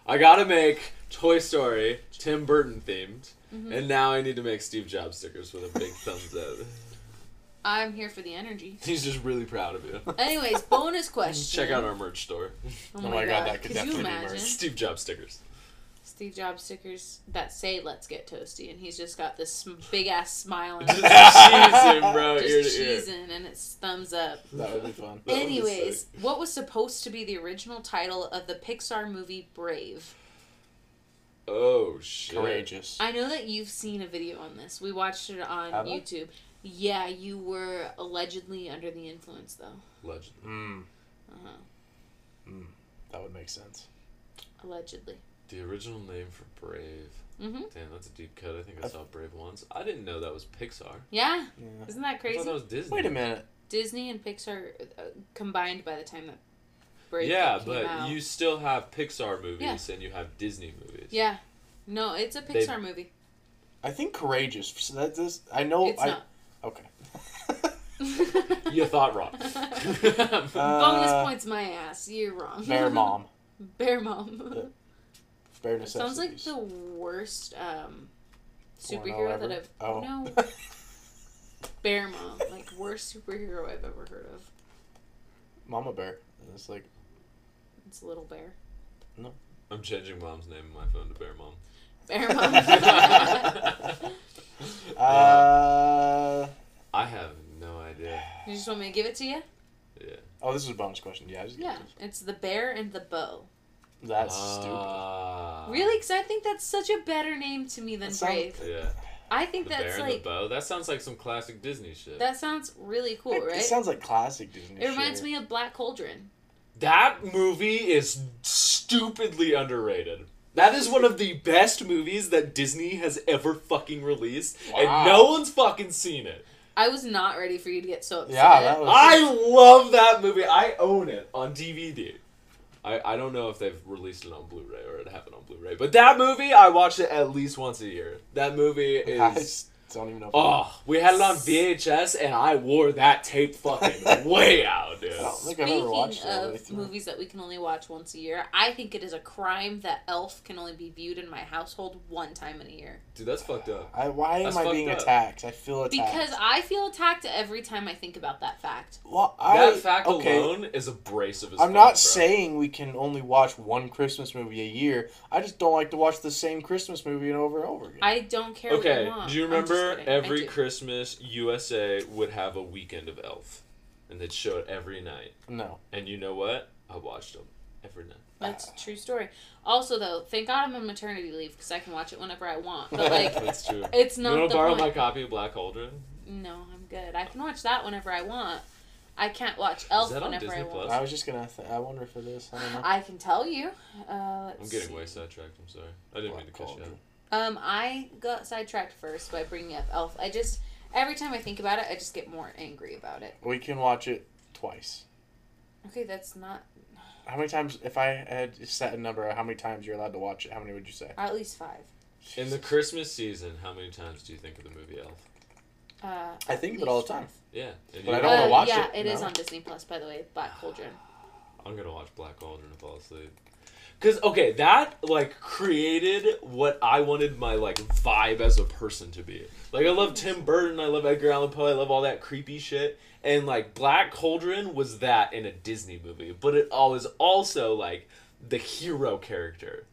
I gotta make Toy Story Tim Burton themed, Mm-hmm. and now I need to make Steve Jobs stickers with a big thumbs up. I'm here for the energy. He's just really proud of you. Anyways, bonus question. Mm, Check out our merch store. Oh my God, that could could you definitely be imagine merch. Steve Jobs stickers. Steve Jobs stickers that say "Let's get toasty" and he's just got this big ass smile and Just cheese him, bro, ear just to ear. cheesing, and it's thumbs up. that would be fun. That would be Anyways, sick. what was supposed to be the original title of the Pixar movie Brave? Oh shit. Courageous. I know that you've seen a video on this. We watched it on Have I? YouTube. Yeah, you were allegedly under the influence, though. Legend. Mm, Uh-huh. that would make sense. Allegedly. The original name for Brave. Mm-hmm. Damn, that's a deep cut. I think I saw Brave once. I didn't know that was Pixar. Yeah. Yeah. Isn't that I thought crazy? that was Disney. Wait a minute. Disney and Pixar uh, combined by the time that Brave Yeah, came but out. you still have Pixar movies and you have Disney movies. Yeah. No, it's a They- Pixar movie. I think courageous. So that this, I know. It's Oh, I not. okay. You thought wrong. Bonus Uh, points, my ass. You're wrong. Bear mom. Bear mom. Bear Sounds necessities. like the worst um, Porno superhero ever. that I've. Oh. No. Bear mom. Like, worst superhero I've ever heard of. Mama Bear. And it's like, It's a little bear. I'm changing mom's name on my phone to Bear Mom. Bear mom. uh, I have no idea. you just want me to give it to you? Yeah. oh, this is a bonus question. Yeah, I just Yeah. Uh, It's the bear and the bow. that's Ah. Really? Because I think that's such a better name to me than That sounds- Brave. Yeah. I The think Bear that's and the like, Bow. That sounds like some classic Disney shit. that sounds really cool, stupid. It, right? it sounds like classic Disney. It reminds shit. me of Black Cauldron. That movie is stupidly underrated. That is one of the best movies that Disney has ever fucking released, Wow. and no one's fucking seen it. I was not ready for you to get so upset. Yeah, that was. I love that movie. I own it on DVD. I, I don't know if they've released it on Blu-ray or it happened on Blu-ray, but that movie I watch it at least once a year. That movie I is just don't even know. if- oh, we had it on VHS and I wore that tape fucking way out, dude. I don't think I've ever Speaking watched that. really of through. movies that we can only watch once a year, I think it is a crime that Elf can only be viewed in my household one time in a year. Dude, that's fucked up. I, why am That's I fucked being up. attacked? I feel attacked. Because I feel attacked every time I think about that fact. well, I, that fact okay, alone is abrasive as I'm fuck, not bro. saying we can only watch one Christmas movie a year. I just don't like to watch the same Christmas movie and over and over again. I don't care. What Okay, you want. do you I'm just remember kidding. I every do. Christmas USA would have a weekend of Elf, and they'd show it every night. no. And you know what? I watched them every night. That's a true story. Also, though, thank God I'm on maternity leave because I can watch it whenever I want. But like, That's true. it's you not want the to borrow point. my copy of Black Cauldron? No, I'm good. I can watch that whenever I want. I can't watch Elf that on whenever I Disney want. Plus? I was just gonna. Th- I wonder if it is. I don't know. I can tell you. Uh, let's I'm getting see. way sidetracked. I'm sorry. I didn't mean to cut you out. Um, I got sidetracked first by bringing up Elf. I just every time I think about it, I just get more angry about it. We can watch it twice. Okay, that's not How many times? If I had set a number, of how many times you're allowed to watch it? How many would you say? at least five. In the Christmas season, how many times do you think of the movie Elf? Uh, I think of it all the time. Yeah. and But you- I don't wanna uh, watch yeah, it it, is no. on Disney Plus, by the way. Black Cauldron. I'm gonna watch Black Cauldron and fall asleep. Cause okay, that like created what I wanted my like vibe as a person to be. Like I love Tim Burton, I love Edgar Allan Poe, I love all that creepy shit. And like Black Cauldron was that in a Disney movie, but it all is also like the hero character.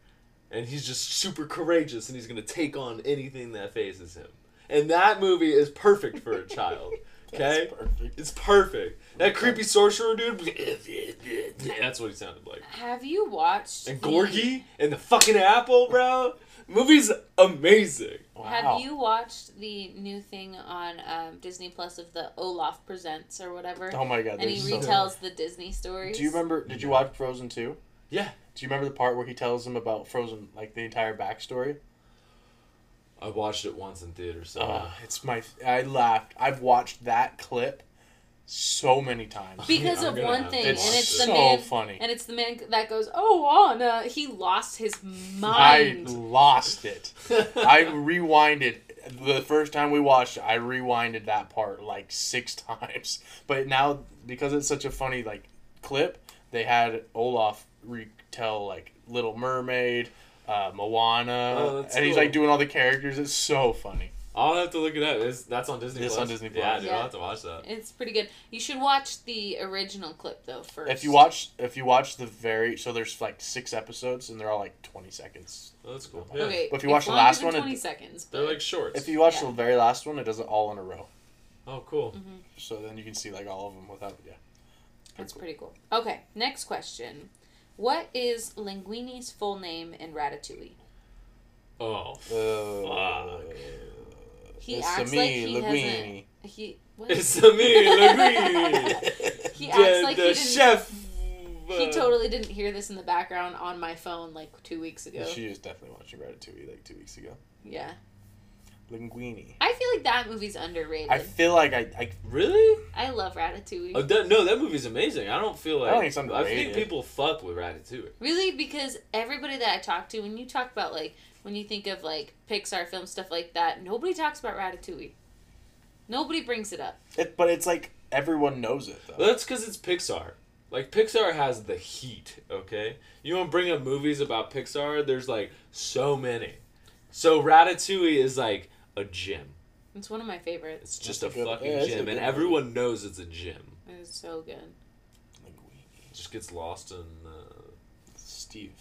And he's just super courageous and he's gonna take on anything that faces him. And that movie is perfect for a child. Okay? That's perfect. It's perfect. That creepy sorcerer dude. That's what he sounded like. Have you watched? And the- Gorgie and the fucking apple, bro. Movie's amazing. Wow. Have you watched the new thing on um, Disney Plus of the Olaf Presents or whatever? Oh my god. and this he is so- retells the Disney stories. Do you remember? Did you watch Frozen two? Yeah. Do you remember the part where he tells them about Frozen, like the entire backstory? I watched it once in theater, so Uh, it's my. I laughed. I've watched that clip so many times. because I'm of gonna one have thing, to and It's watch it's it. the so man, funny. and it's the man that goes, "Oh, Anna, he lost his I mind." lost it. I rewinded the first time we watched it. I rewinded that part like six times. But now because it's such a funny like clip, they had Olaf retell like Little Mermaid, uh, Moana, Oh, and that's he's cool. like doing all the characters. It's so funny. I'll have to look it up. It's, that's on Disney. It's Plus. on Disney Yeah, Plus. dude, Yeah. I'll have to watch that. It's pretty good. You should watch the original clip though first. If you watch, if you watch the very so there's like six episodes and they're all like twenty seconds. Oh, that's cool. Yeah. okay, But if you it's watch the longer last than one, it- twenty seconds. They're But like shorts. If you watch Yeah. the very last one, it does it all in a row. oh, cool. So then you can see like all of them without yeah. that's pretty cool. Okay, next question. What is Linguini's full name in Ratatouille? Oh, Uh, fuck. He It's acts me, like he Linguini. hasn't. He what? It's a me, Luigi. he The- acts like the he didn't. chef. He totally didn't hear this in the background on my phone like two weeks ago. She was definitely watching Ratatouille like two weeks ago. Yeah, Linguini. I feel like that movie's underrated. I feel like I, I Really? I love Ratatouille. Oh, that, no, that movie's amazing. I don't feel like I don't think it's think underrated. people fuck with Ratatouille. Really, because everybody that I talk to, when you talk about like when you think of like Pixar film stuff like that, nobody talks about Ratatouille. Nobody brings it up. it, but it's like everyone knows it though. Well, that's because it's Pixar. Like Pixar has the heat. Okay, you want to bring up movies about Pixar? There's like so many. So Ratatouille is like a gym. It's one of my favorites. It's just a That's a good- fucking yeah, that's a gym, good and movie. everyone knows it's a gym. It was so good. Linguini. just gets lost in. Uh, Steve.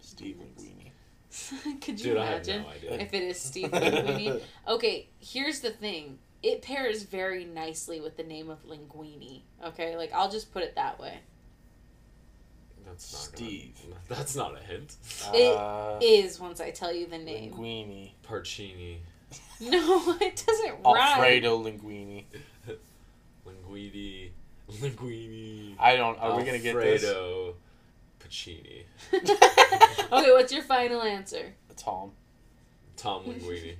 Steve Linguini. Could you dude, I have imagine no idea. if it is Steve Linguini? Okay, here's the thing. It pairs very nicely with the name of Linguini. Okay, like I'll just put it that way. That's not Steve. Gonna, that's not a hint. It uh, Is once I tell you the name. Linguini. Parcini, No, it doesn't rhyme. Alfredo Linguini. Linguini, Linguini. I don't. Are we gonna get this? Alfredo Pacini, okay, what's your final answer? Tom. Tom Linguini.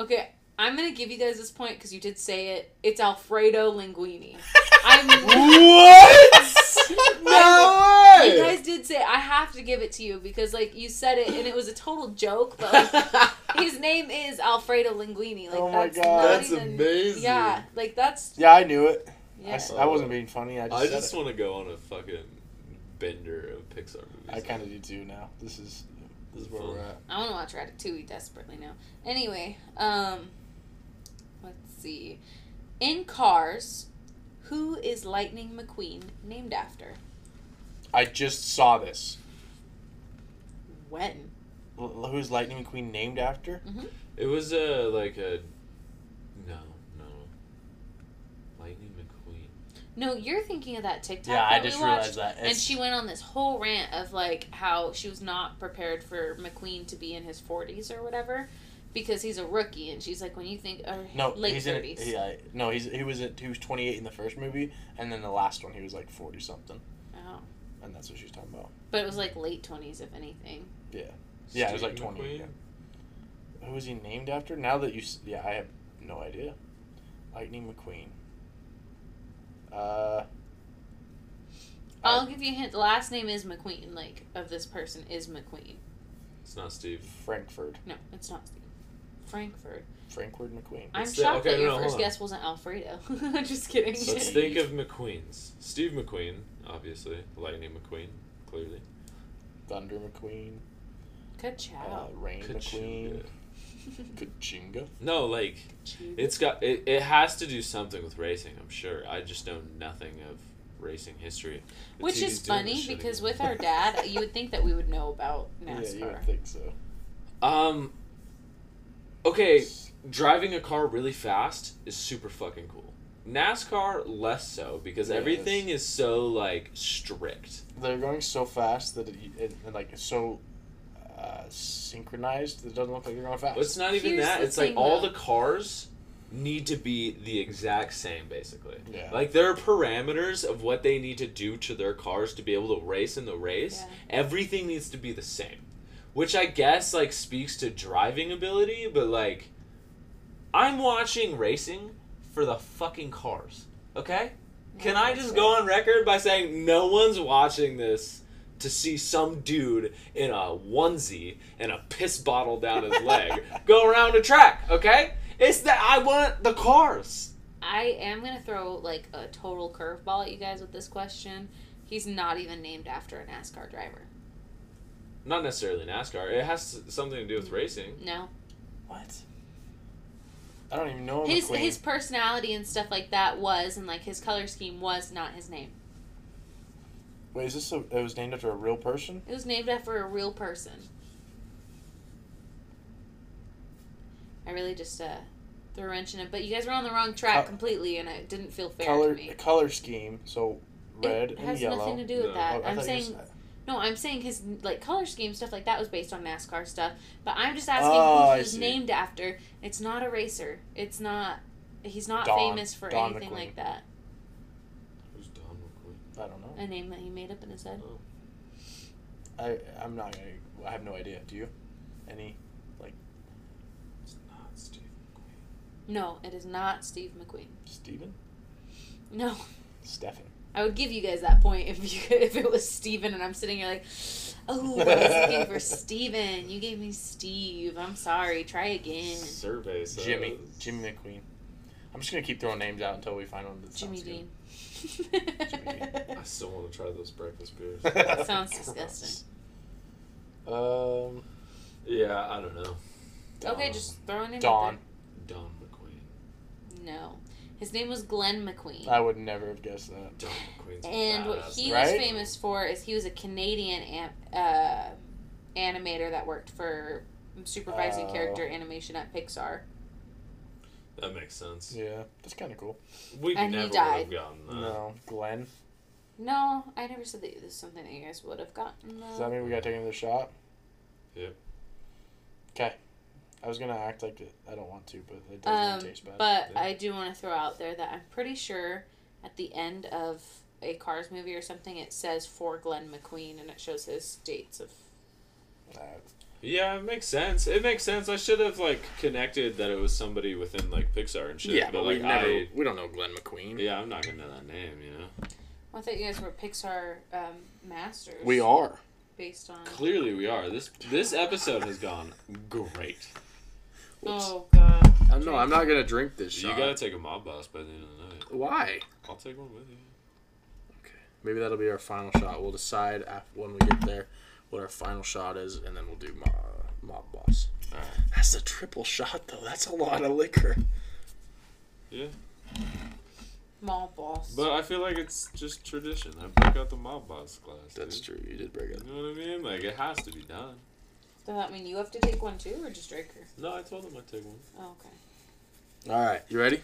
Okay, I'm gonna give you guys this point because you did say it. It's Alfredo Linguini. I'm. no You guys did say I have to give it to you because like you said it and it was a total joke, but like, his name is Alfredo Linguini. Like Oh my that's God. not That's even, amazing. Yeah, like that's Yeah, I knew it. I yeah. s- I, wasn't being funny. I just. I said just it. want to go on a fucking bender of Pixar movies. I kind of do too now. This is. This is where we're at. I want to watch Ratatouille desperately now. Anyway, um, let's see. In Cars, who is Lightning McQueen named after? I just saw this. When? L- who's Lightning McQueen named after? It was a like a no no. Lightning McQueen. No, you're thinking of that TikTok. Yeah, I that we just watched. realized that. And It's- she went on this whole rant of like how she was not prepared for McQueen to be in his 40s or whatever because he's a rookie. And she's like, when you think, or No, late he's 30s. in. Yeah, no, he's he was at, he was twenty eight in the first movie, and then the last one he was like forty something, Oh. and that's what she's talking about. But it was like late 20s, if anything. Yeah, it was Steve like 20, McQueen? yeah. Who is he named after? Now that you, s- yeah, I have no idea. Lightning McQueen. Uh, I'll I- give you a hint. The last name is McQueen, like, of this person is McQueen. It's not Steve. Frankfurt. No, it's not Steve. Frankford. Frankfurt McQueen. I'm It's the- shocked okay, that your no, hold first on. guess wasn't Alfredo. Just kidding. Let's think of McQueens. Steve McQueen, obviously. Lightning McQueen, clearly. Thunder McQueen. Uh, Ka-chow. Rain McQueen. Kachinga. Kachinga. No, like Um, it's got it, it has to do something with racing, I'm sure. I just know nothing of racing history. The Which TV's is doing this funny shit because again. with our dad, you would think that we would know about Yeah, you NASCAR. would think so. um okay, driving a car really fast is super fucking cool. NASCAR less so because Yeah, it everything is so like strict. They're going so fast that it, it and like it's so uh, synchronized that it doesn't look like they're going fast. But it's not even Here's that. the It's like thing, all though. the cars need to be the exact same, basically. Yeah. Like there are parameters of what they need to do to their cars to be able to race in the race. Yeah. Everything needs to be the same, which I guess like speaks to driving ability. But like, I'm watching racing for the fucking cars. Okay, can I just go on record by saying no one's watching this? To see some dude in a onesie and a piss bottle down his leg go around a track, okay? It's that I want the cars. I am gonna throw like a total curveball at you guys with this question. He's not even named after a NASCAR driver. Not necessarily NASCAR. It has something to do with racing. No, What? I don't even know his McQueen. his personality and stuff like that was, and like his color scheme was not his name. Wait, is this a, it was named after a real person? It was named after a real person. I really just uh, threw a wrench in it, but you guys were on the wrong track Co- completely, and it didn't feel fair color to me. color scheme. So red it and has yellow. nothing to do with No. that. Oh, I I'm thought you saying just- No, I'm saying his like color scheme stuff like that was based on NASCAR stuff. But I'm just asking Oh, who I he was see. named after. It's not a racer. It's not. He's not Don- famous for Don anything McLean. like that. Who's Don McQueen? I don't know. A name that he made up in his head. I I'm not gonna. I have no idea. Do you? Any? It's not Steve McQueen. No, it is not Steve McQueen. Steven? No, Stefan. I would give you guys that point if you if it was Steven and I'm sitting here like, oh, I was looking for Steven. You gave me Steve. I'm sorry. Try again. Survey says. Jimmy. Jimmy McQueen. I'm just gonna keep throwing names out until we find one that Jimmy sounds good. Dean. I still want to try those breakfast beers. Sounds disgusting. Um. yeah, I don't know. okay, just throw a name. out Don. Don McQueen. there. No, His name was Glenn McQueen. I would never have guessed that. Don McQueen's and what badass. he was Right? famous for is he was a Canadian an- uh, animator that worked for supervising Oh. character animation at Pixar. that makes sense. Yeah, that's kind of cool. We And he never would have died. gotten that. no, Glenn. No, I never said that this is something that you guys would have gotten. Does though. that mean we gotta take another shot? Yep. Okay. I was gonna act like it. I don't want to, but it doesn't Um, taste bad. but Yeah. I do want to throw out there that I'm pretty sure at the end of a Cars movie or something, it says for Glenn McQueen and it shows his dates of. Nah, Yeah, it makes sense. It makes sense. I should have like connected that it was somebody within like Pixar and shit. yeah, but, but we like never. I, we don't know Glenn McQueen. yeah, I'm not gonna know that name. You know, I thought you guys were Pixar um, masters. We are. Based on. clearly we are. This this episode has gone great. Oh, God. Uh, No, I'm not gonna drink this You shot. gotta take a mob boss by the end of the night. Why? I'll take one with you. Maybe that'll be our final shot. We'll decide af when we get there what our final shot is, and then we'll do mob, mob boss. Alright. That's a triple shot though. That's a lot of liquor. Yeah, Mall boss. but I feel like it's just tradition. I broke out the mob boss class. That's dude. true. You did break it. You know what I mean? Like it has to be done. Does that mean you have to take one too, or just Draker? No, I told him I'd take one. Oh, okay. All right, you ready?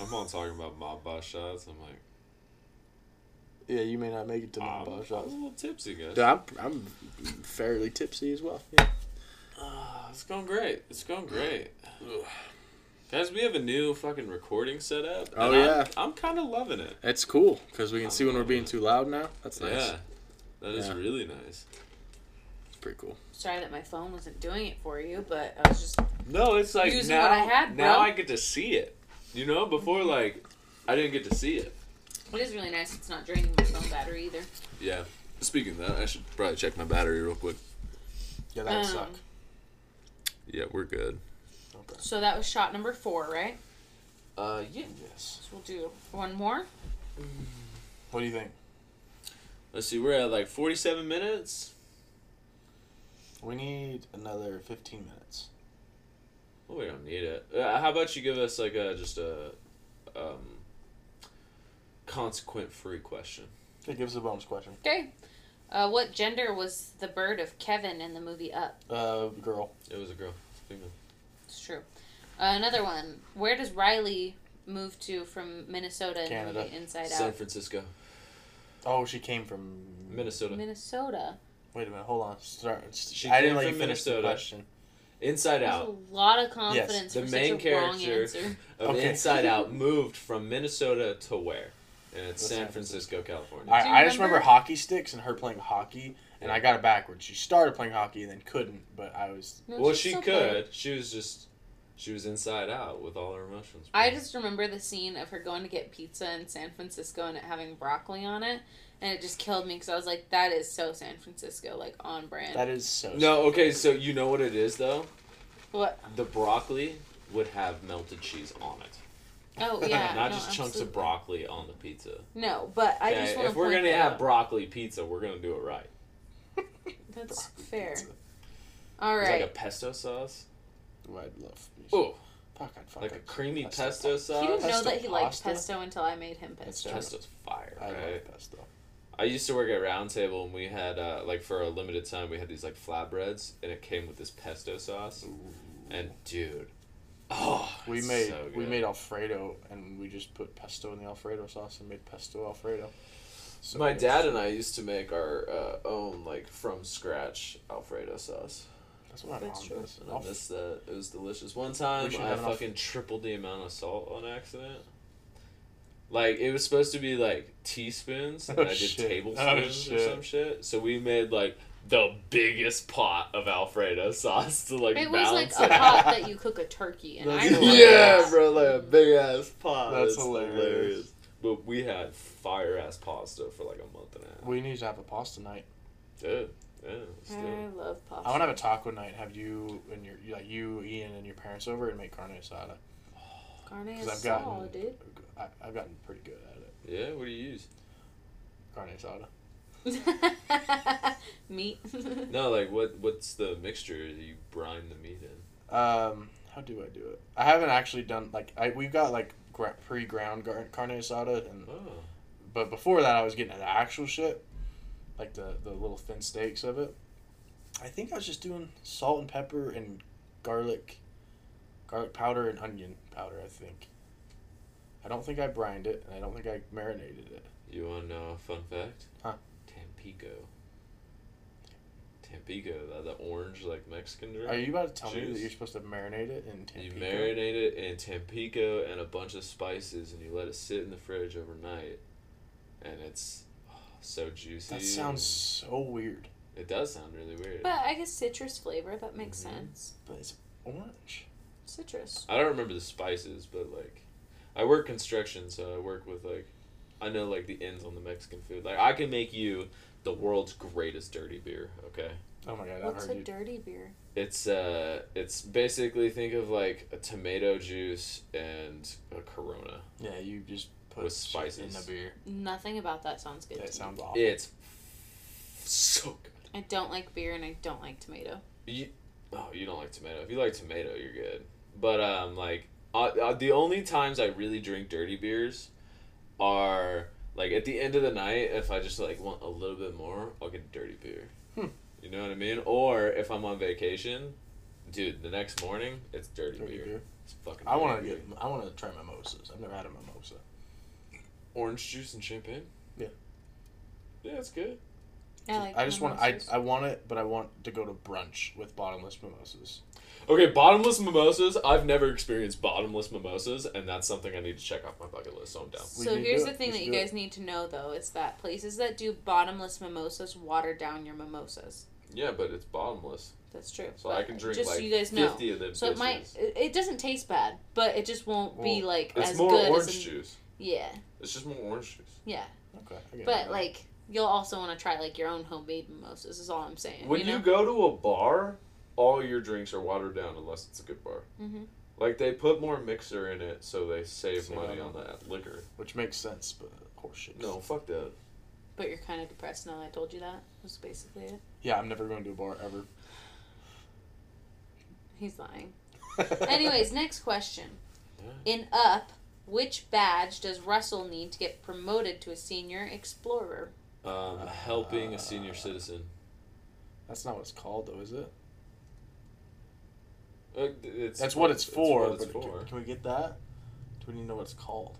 I'm all talking about mob boss shots. I'm like, yeah, you may not make it to my I'm, Um, boss I'm a shots. little tipsy, guys. Dude, I'm, I'm fairly tipsy as well. Ah, it's going great. It's going great. Guys, we have a new fucking recording set up. Oh, and I'm- yeah. I'm, kind of loving it. It's cool because we can see when we're being too loud now. That's nice. Yeah. that is Yeah. really nice. It's pretty cool. Sorry that my phone wasn't doing it for you, but I was just. No, it's like Using now, what I had, bro. now I get to see it. You know, before, like, I didn't get to see it. It is really nice. It's not draining my phone battery either. Yeah. Speaking of that, I should probably check my battery real quick. Yeah, that would Um, suck. Yeah, we're good. So that was shot number four, right? Uh, yeah. Yes. So we'll do one more. What do you think? Let's see, we're at like 47 minutes. We need another 15 minutes. Well, we don't need it. Uh, how about you give us, like, a just a um, consequent free question? Okay, give us a bonus question. Okay. Uh, what gender was the bird of Kevin in the movie Up? Uh, girl. It was a girl. Female. It's true. Uh, another one. Where does Riley move to from Minnesota in Canada. the movie Inside San Out? Francisco, Oh, she came from Minnesota. Minnesota. Wait a minute, hold on. Start. She I came didn't let you from finish the Minnesota. question. Inside There's Out. a lot of confidence The for main such a wrong character. answer. Of Okay. Inside Out moved from Minnesota to where? And it's To San San Francisco, California. All right, Do you I just remember remember- hockey sticks and her playing hockey, and I got it backwards. She started playing hockey and then couldn't, but I was. No, Well, she's she so could. good. She was just, she was inside out with all her emotions. I just remember the scene of her going to get pizza in San Francisco and it having broccoli on it, and it just killed me because I was like, "That is so San Francisco, like on brand." That is so. No, okay, so you know what it is though? what? The broccoli would have melted cheese on it, Oh yeah, not no, just chunks absolutely. of broccoli on the pizza. No, but I just Okay, want if to. we're gonna have out. broccoli pizza, we're gonna do it right. that's broccoli fair. pizza. All It's like right. a pesto sauce. Ooh, I'd love. me some- Oh, fuck! I'd fuck like a it. creamy Pesto. uh, pesto he sauce. didn't know pesto that he liked pasta? pesto until I made him That's pesto. true. Pesto's fire, I right? love pesto. I used to work at Round Table and we had uh, like for a limited time we had these like flatbreads and it came with this pesto sauce and dude, oh We it's made so we good. made Alfredo, and we just put pesto in the Alfredo sauce and made pesto Alfredo. So my good. dad and I used to make our uh, own like from scratch Alfredo sauce That's what my That's mom true. does. and I Alf- missed that it was delicious. One time should I have an Alf- fucking tripled the amount of salt on accident. Like it was supposed to be like teaspoons and Oh, I did shit. Oh, tablespoons or shit. some shit. So we made like the biggest pot of Alfredo sauce to like It was like balance a it out. pot that you cook a turkey in. I That's- don't like yeah, that. bro, like a big ass pasta. That's hilarious. But we had fire ass pasta for like a month and a half. We need to have a pasta night. Dude, yeah, still. I love pasta. I want to have a taco night. Have you and your like you, Ian, and your parents over and make carne asada. carne 'Cause I've asada, gotten- dude. I, I've gotten pretty good at it. Yeah, what do you use? Carne asada. Meat. No, like what? What's the mixture you brine the meat in? Um, How do I do it? I haven't actually done like I we've got like gra- pre ground gar- carne asada and Oh. but before that I was getting the actual shit, like the the little thin steaks of it. I think I was just doing salt and pepper and garlic, garlic powder and onion powder. I think. I don't think I brined it, and I don't think I marinated it. You want to know a fun fact? Huh. Tampico. Tampico, that the orange like Mexican drink. Are you about to tell me that Juice. you're supposed to marinate it in You Tampico? marinate it in Tampico and a bunch of spices, and you let it sit in the fridge overnight, and it's oh, so juicy. That sounds so weird, It does sound really weird. But I guess citrus flavor, that makes Mm-hmm. sense. but it's orange. Citrus. I don't remember the spices, but like, I work construction, so I work with like, I know like the ends on the Mexican food. Like I can make you the world's greatest dirty beer. Okay. Oh my god, I've What's heard a you. dirty beer? It's uh, it's basically think of like a tomato juice and a Corona. Yeah, you just put With shit in spices. the beer. Nothing about that sounds good. That to sounds awful. It's so good. me. I don't like beer and I don't like tomato. You, oh, you don't like tomato. If you like tomato, you're good. But um, like uh, uh, the only times I really drink dirty beers are like at the end of the night. If I just like want a little bit more, I'll get a dirty beer. Hmm. You know what I mean? Or if I'm on vacation, dude, the next morning it's dirty, Dirty beer. beer. It's fucking. I want to dirty get. beer. I want to try mimosas. I've never had a mimosa. orange juice and champagne. Yeah. Yeah, it's good. I like I just want. I mimosas. I want it, but I want to go to brunch with bottomless mimosas. Okay, bottomless mimosas. I've never experienced bottomless mimosas, and that's something I need to check off my bucket list. So I'm down. We So need to here's do the it. thing We that should you do guys need to know though, it's that places that do bottomless mimosas water down your mimosas. Yeah, but it's bottomless. That's true. So But I can drink just like so you guys know. fifty of them. So it might it it doesn't taste bad, but it just won't be Well, like It's as more good orange as in- juice. Yeah. It's just more orange juice. Yeah. Okay. I get But it. like you'll also want to try like your own homemade mimosas is all I'm saying. When you you, know? go to a bar, all your drinks are watered down unless it's a good bar. Mhm. Like they put more mixer in it, so they save Save money on on that liquor. which makes sense, but horseshit. No, fuck that. But you're kind of depressed now. that I told you that was basically it. Yeah, I'm never going to a bar ever. He's lying. Anyways, next question. Yeah. In Up, which badge does Russell need to get promoted to a senior explorer? Uh, Um, helping a senior citizen. That's not what it's called, though, is it? Uh, d- it's- That's what it's for. what it's but for. Can, can we get that? Do we need to know what it's called?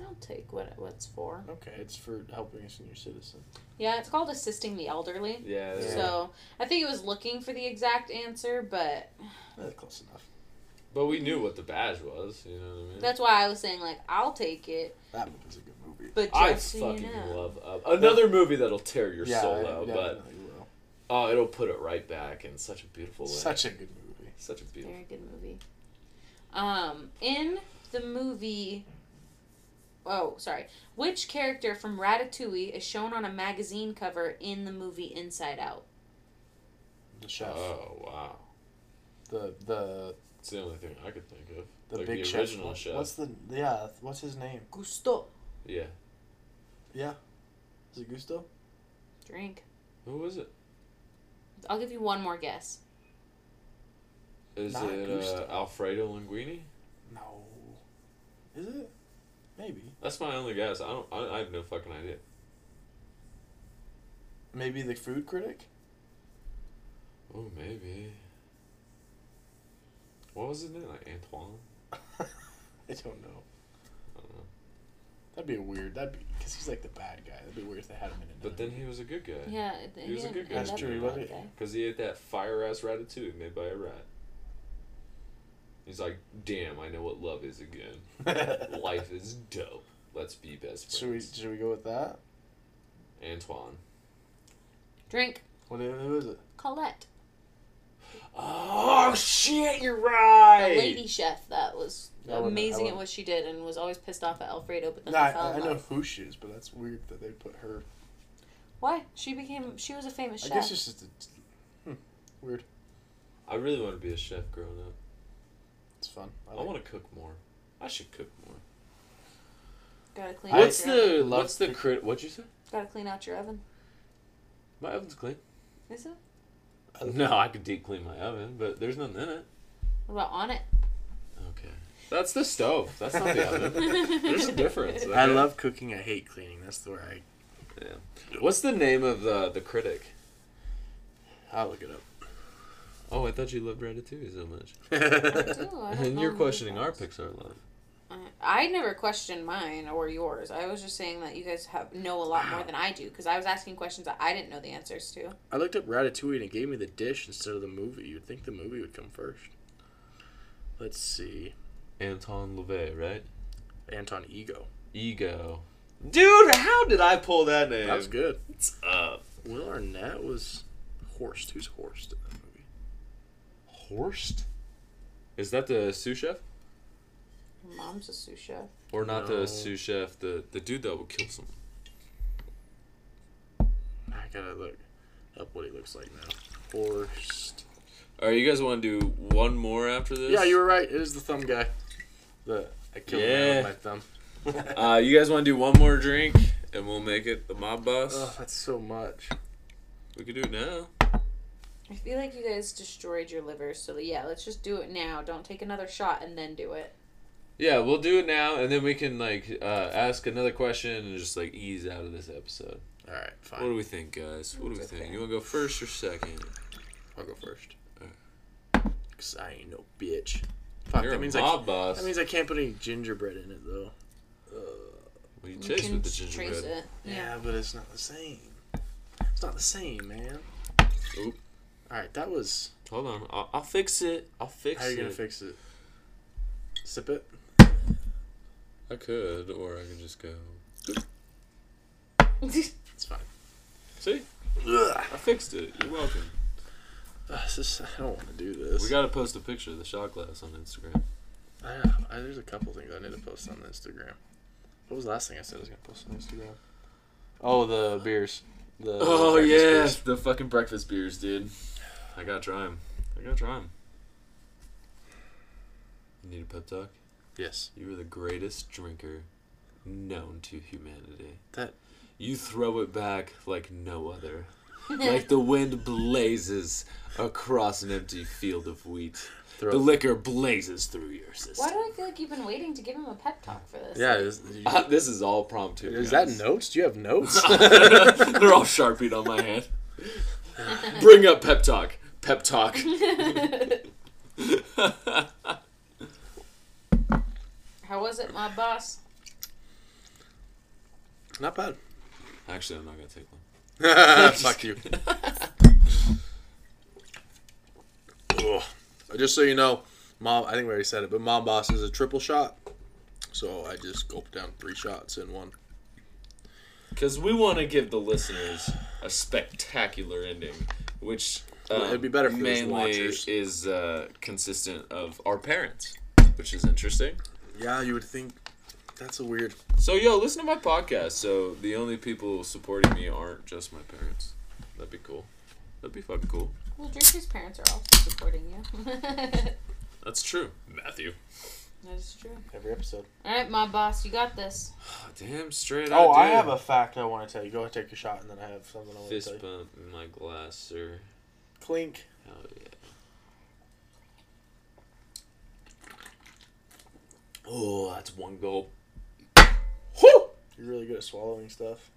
I'll take what what's for. Okay, it's for helping a senior citizen. Yeah, it's called assisting the elderly. Yeah. Yeah. So I think it was looking for the exact answer, but Eh, close enough. But we knew what the badge was. You know what I mean? that's why I was saying like I'll take it. That movie's a good movie. But just I so fucking you know, love Up. Another movie that'll tear your yeah, soul I out, but definitely will. oh, it'll put it right back in such a beautiful way. Such a good movie. Such a beautiful. very good movie. Um, in the movie. Oh, sorry. Which character from Ratatouille is shown on a magazine cover in the movie Inside Out? The chef, Oh wow, the the it's the only thing I could think of. the like big the chef. original chef. What's the yeah? What's his name? Gusto. Yeah, Is it Gusto? Drink. who was it? I'll give you one more guess. Is Not it uh, Gusto. Alfredo Linguini? No. Is it? Maybe. That's my only guess. I don't. I, I have no fucking idea. Maybe the food critic? Oh, maybe. What was his name? Like Antoine? I don't know. I don't know. That'd be weird. That'd be because he's like the bad guy. That'd be weird if they had him in. But then he was a good guy. Yeah, He was a good didn't- guy. That's that- true, he that wasn't- guy. Because he ate that fire ass ratatouille made by a rat. He's like, damn, I know what love is again. another. Life is dope. Let's be best should we friends. should we go with that? Antoine. Drink. What i- who is it? Colette, Oh shit, you're the right. lady chef that was I wouldn't- I amazing at wouldn't- what she did and was always pissed off at Alfredo, but then No, I, he fell I in know love. who she is, but that's weird that they put her. Why? She became she was a famous I chef. guess it's just a, hmm, weird. I really want to be a chef growing up. It's fun. I want to cook more. I should cook more. Gotta clean What's out your oven. the love what's the crit? What'd you say? gotta clean out your oven. My oven's clean. Is it? I- No, I could deep clean my oven, but there's nothing in it. What about on it? Okay. That's the stove. That's not the oven. There's a difference. I okay. love cooking. I hate cleaning. That's the where What's the name of the the critic? I. I'll look it up. Oh, I thought you loved Ratatouille so much. Ooh, I don't And know you're who questioning that our is. Pixar love. I- I never questioned mine or yours. I was just saying that you guys have know a lot more than I do because I was asking questions that I didn't know the answers to. I looked up Ratatouille and it gave me the dish instead of the movie. You'd think the movie would come first. Let's see. Anton LaVey, right? Anton Ego. Ego. Dude, how did I pull that name? That was good. Uh, Will Arnett was Horst. Who's Horst in that movie? Horst? Is that the sous chef? Your Mom's a sous chef. Or not No. the sous chef, the, the dude that will kill someone. I gotta look up what he looks like now. Horst. Alright, you guys want to do one more after this? Yeah, you were right. It is the thumb guy. The I killed Yeah. yeah. with my thumb. Uh, you guys want to do one more drink and we'll make it the mob boss? Oh, that's so much. We could do it now. I feel like you guys destroyed your livers, so yeah, let's just do it now. Don't take another shot and then do it. Yeah, we'll do it now and then we can like uh, ask another question and just like ease out of this episode. All right, fine. What do we think, guys? What do we think? You want to go first or second? I'll go first. Uh. Cause I ain't no bitch. Fuck, You're that means a I. mob can't- boss. That means I can't put any gingerbread in it though. Well, you You chase can with the just trace gingerbread. it. Yeah. but it's not the same. It's not the same, man. Oop. All right, that was. Hold on, I'll, I'll fix it. I'll fix How are you it. gonna fix it? Sip it. I could, or I could just go. It's fine. See, Ugh. I fixed it. You're welcome. Ugh, this is- I don't want to do this. We gotta post a picture of the shot glass on Instagram. I don't know. I, there's a couple things I need to post on Instagram. What was the last thing I said I was gonna post on Instagram? Oh, the beers. The Oh breakfast yeah, beers. the fucking breakfast beers, dude. I gotta try them. I gotta try them. You need a pep talk? Yes. You are the greatest drinker known to humanity. That- you throw it back like no other. like the wind blazes across an empty field of wheat. Throw- The liquor blazes through your system. Why do I feel like you've been waiting to give him a pep talk for this? Yeah. Is, you- Uh, this is all prompted. is that notes? Do you have notes? They're all sharpied on my hand. Bring up pep talk. Pep talk. How was it, my boss? not bad. Actually, I'm not gonna take one. Fuck you. Ugh. Just so you know, mom. I think we already said it, but mom boss is a triple shot. So I just gulped down three shots in one. Because we want to give the listeners a spectacular ending, which uh, it'd be better for those mainly watchers. is uh, consistent of our parents, which is interesting. Yeah, you would think that's a weird. So yo, listen to my podcast. So the only people supporting me aren't just my parents. That'd be cool. That'd be fucking cool. Well, Drew's parents are also supporting you. That's true, Matthew. that is true. Every episode. All right, my boss, you got this. Ah, Damn straight. Oh, I do. have a fact I want to tell you. Go ahead, take your shot, and then I have something I want to fist tell you. bump in my glass, sir. Clink. Hell yeah. Oh, that's one gulp. Whew! You're really good at swallowing stuff.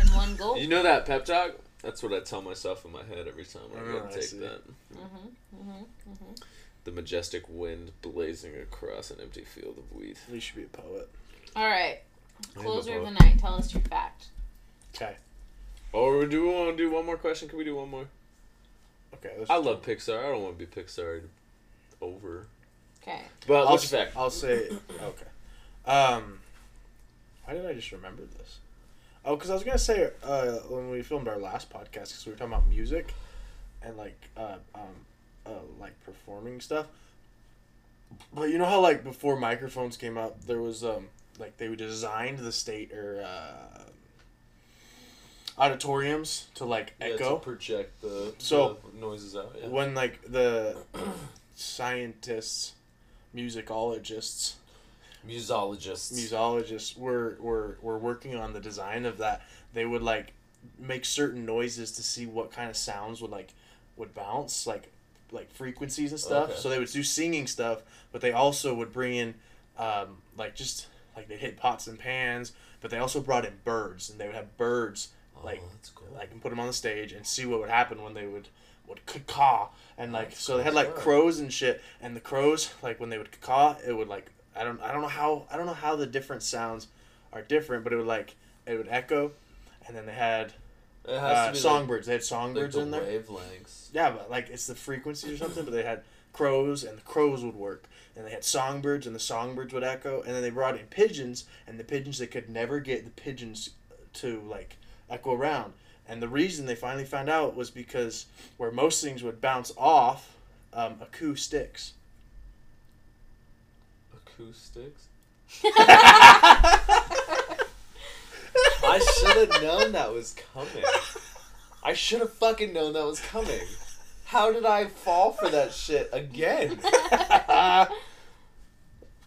In one gulp. You know that pep talk? That's what I tell myself in my head every time when Ah, I Oh, go I to take see. that. Mm-hmm, mm-hmm, mm-hmm. The majestic wind blazing across an empty field of wheat. You should be a poet. All right, my closer of the God. night. Tell us your fact. Okay. Or do Oh, we want to do one more question? Can we do one more? Okay. let's- I love Pixar. I don't want to be Pixar over. Okay. But I'll, what's your say, fact? I'll say. Okay. Um, why did I just remember this? Oh, because I was gonna say uh, when we filmed our last podcast, because we were talking about music and like uh, um, uh, like performing stuff. But you know how like before microphones came out, there was um like they designed the state or uh, auditoriums to like Yeah, to echo project the, So- the noises out. yeah. when like the scientists, musicologists, Musologists. musicologists were, were were working on the design of that they would like make certain noises to see what kind of sounds would like would bounce like like frequencies and stuff. Okay. So they would do singing stuff, but they also would bring in um, like just like they hit pots and pans, but they also brought in birds, and they would have birds like oh, that's cool. like and put them on the stage and see what would happen when they would would caw and like That's so cool they had like stuff. crows and shit and the crows like when they would caw it would like I don't I don't know how I don't know how the different sounds are different but it would like it would echo and then they had It has uh, to be songbirds they had like, like songbirds the in there wavelengths. yeah but like it's the frequency or something but they had crows and the crows would work and they had songbirds and the songbirds would echo and then they brought in pigeons and the pigeons they could never get the pigeons to like echo around and the reason they finally found out was because where most things would bounce off um, acoustics Acoustics. I I should have known that was coming. I should have fucking known that was coming. How did I fall for that shit again?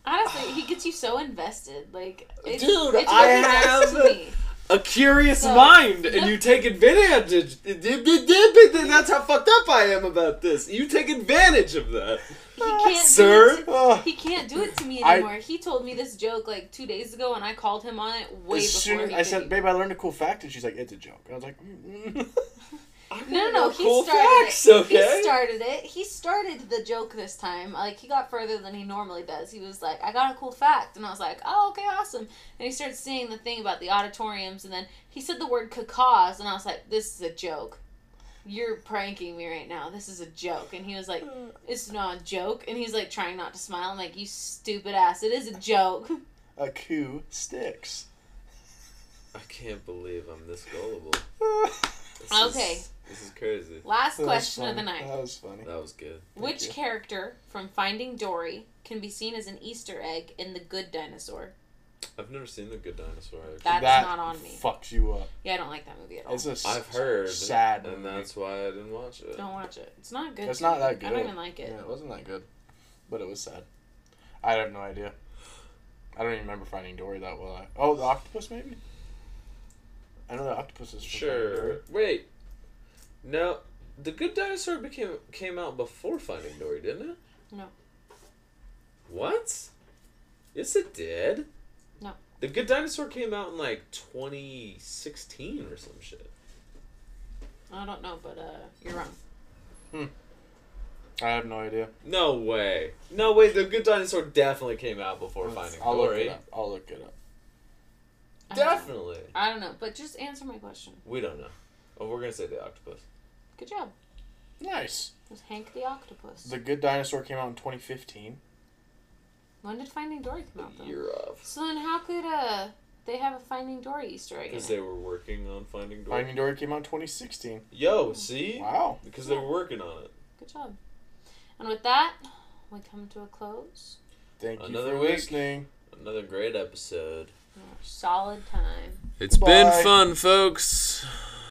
Honestly, he gets you so invested. Like, it's, Dude, it's what I he does to have- me. A curious So- mind, and you take advantage. That's how fucked up I am about this. You take advantage of that. He can't, Sir? Do it to, he can't do it to me I- anymore. he told me this joke like two days ago, and I called him on it way as soon before as he I could said even- babe I learned a cool fact and she's like it's a joke and I was like mm No, no, no. He Cool started facts, it. okay? He started it. He started the joke this time. Like he got further than he normally does. He was like, "I got a cool fact," and I was like, "Oh, okay, awesome." And he started saying the thing about the auditoriums, and then he said the word "cacaws," and I was like, "This is a joke. You're pranking me right now. This is a joke." And he was like, "It's not a joke." And he's like trying not to smile. I'm like, "You stupid ass! It is a joke." acoustics I can't believe I'm this gullible. This Okay. Is, this is crazy. Last That was question of the funny. Oh, night. That was funny. That was good. Which you. character from Finding Dory can be seen as an Easter egg in The Good Dinosaur? I've never seen The Good Dinosaur. Actually. That's that not on me. Fucks you up. Yeah, I don't like that movie at all. It's a s- I've heard. sad. And movie. that's why I didn't watch it. don't watch it. It's not good. It's to not me. that good. I don't even like it. Yeah, it wasn't that good, but it was sad. I have no idea. I don't even remember Finding Dory that well. I- Oh, the octopus maybe. I know the octopus is from Finding Dory. Sure. Wait. No, the Good Dinosaur became came out before Finding Dory, didn't it? No. What? Yes, it did. No. The Good Dinosaur came out in like 2016 or some shit. I don't know, but uh, you're wrong. I have no idea. No way. No way. The Good Dinosaur definitely came out before Finding I'll look Dory. it up. I'll look it up. I don't know. Definitely. I don't know, but just answer my question. We don't know. Oh, we're gonna say the octopus. Good job. Nice. It was Hank the Octopus. The Good Dinosaur came out in 2015. When did Finding Dory come out, though? You're off. So then how could uh they have a Finding Dory Easter egg in Because it? they were working on Finding Dory. Finding Dory came out in 2016. Yo, see? Wow. Because they were working on it. Good job. And with that, we come to a close. Thank you Another for week. listening. Another great episode. Solid time. It's been Bye. fun, folks.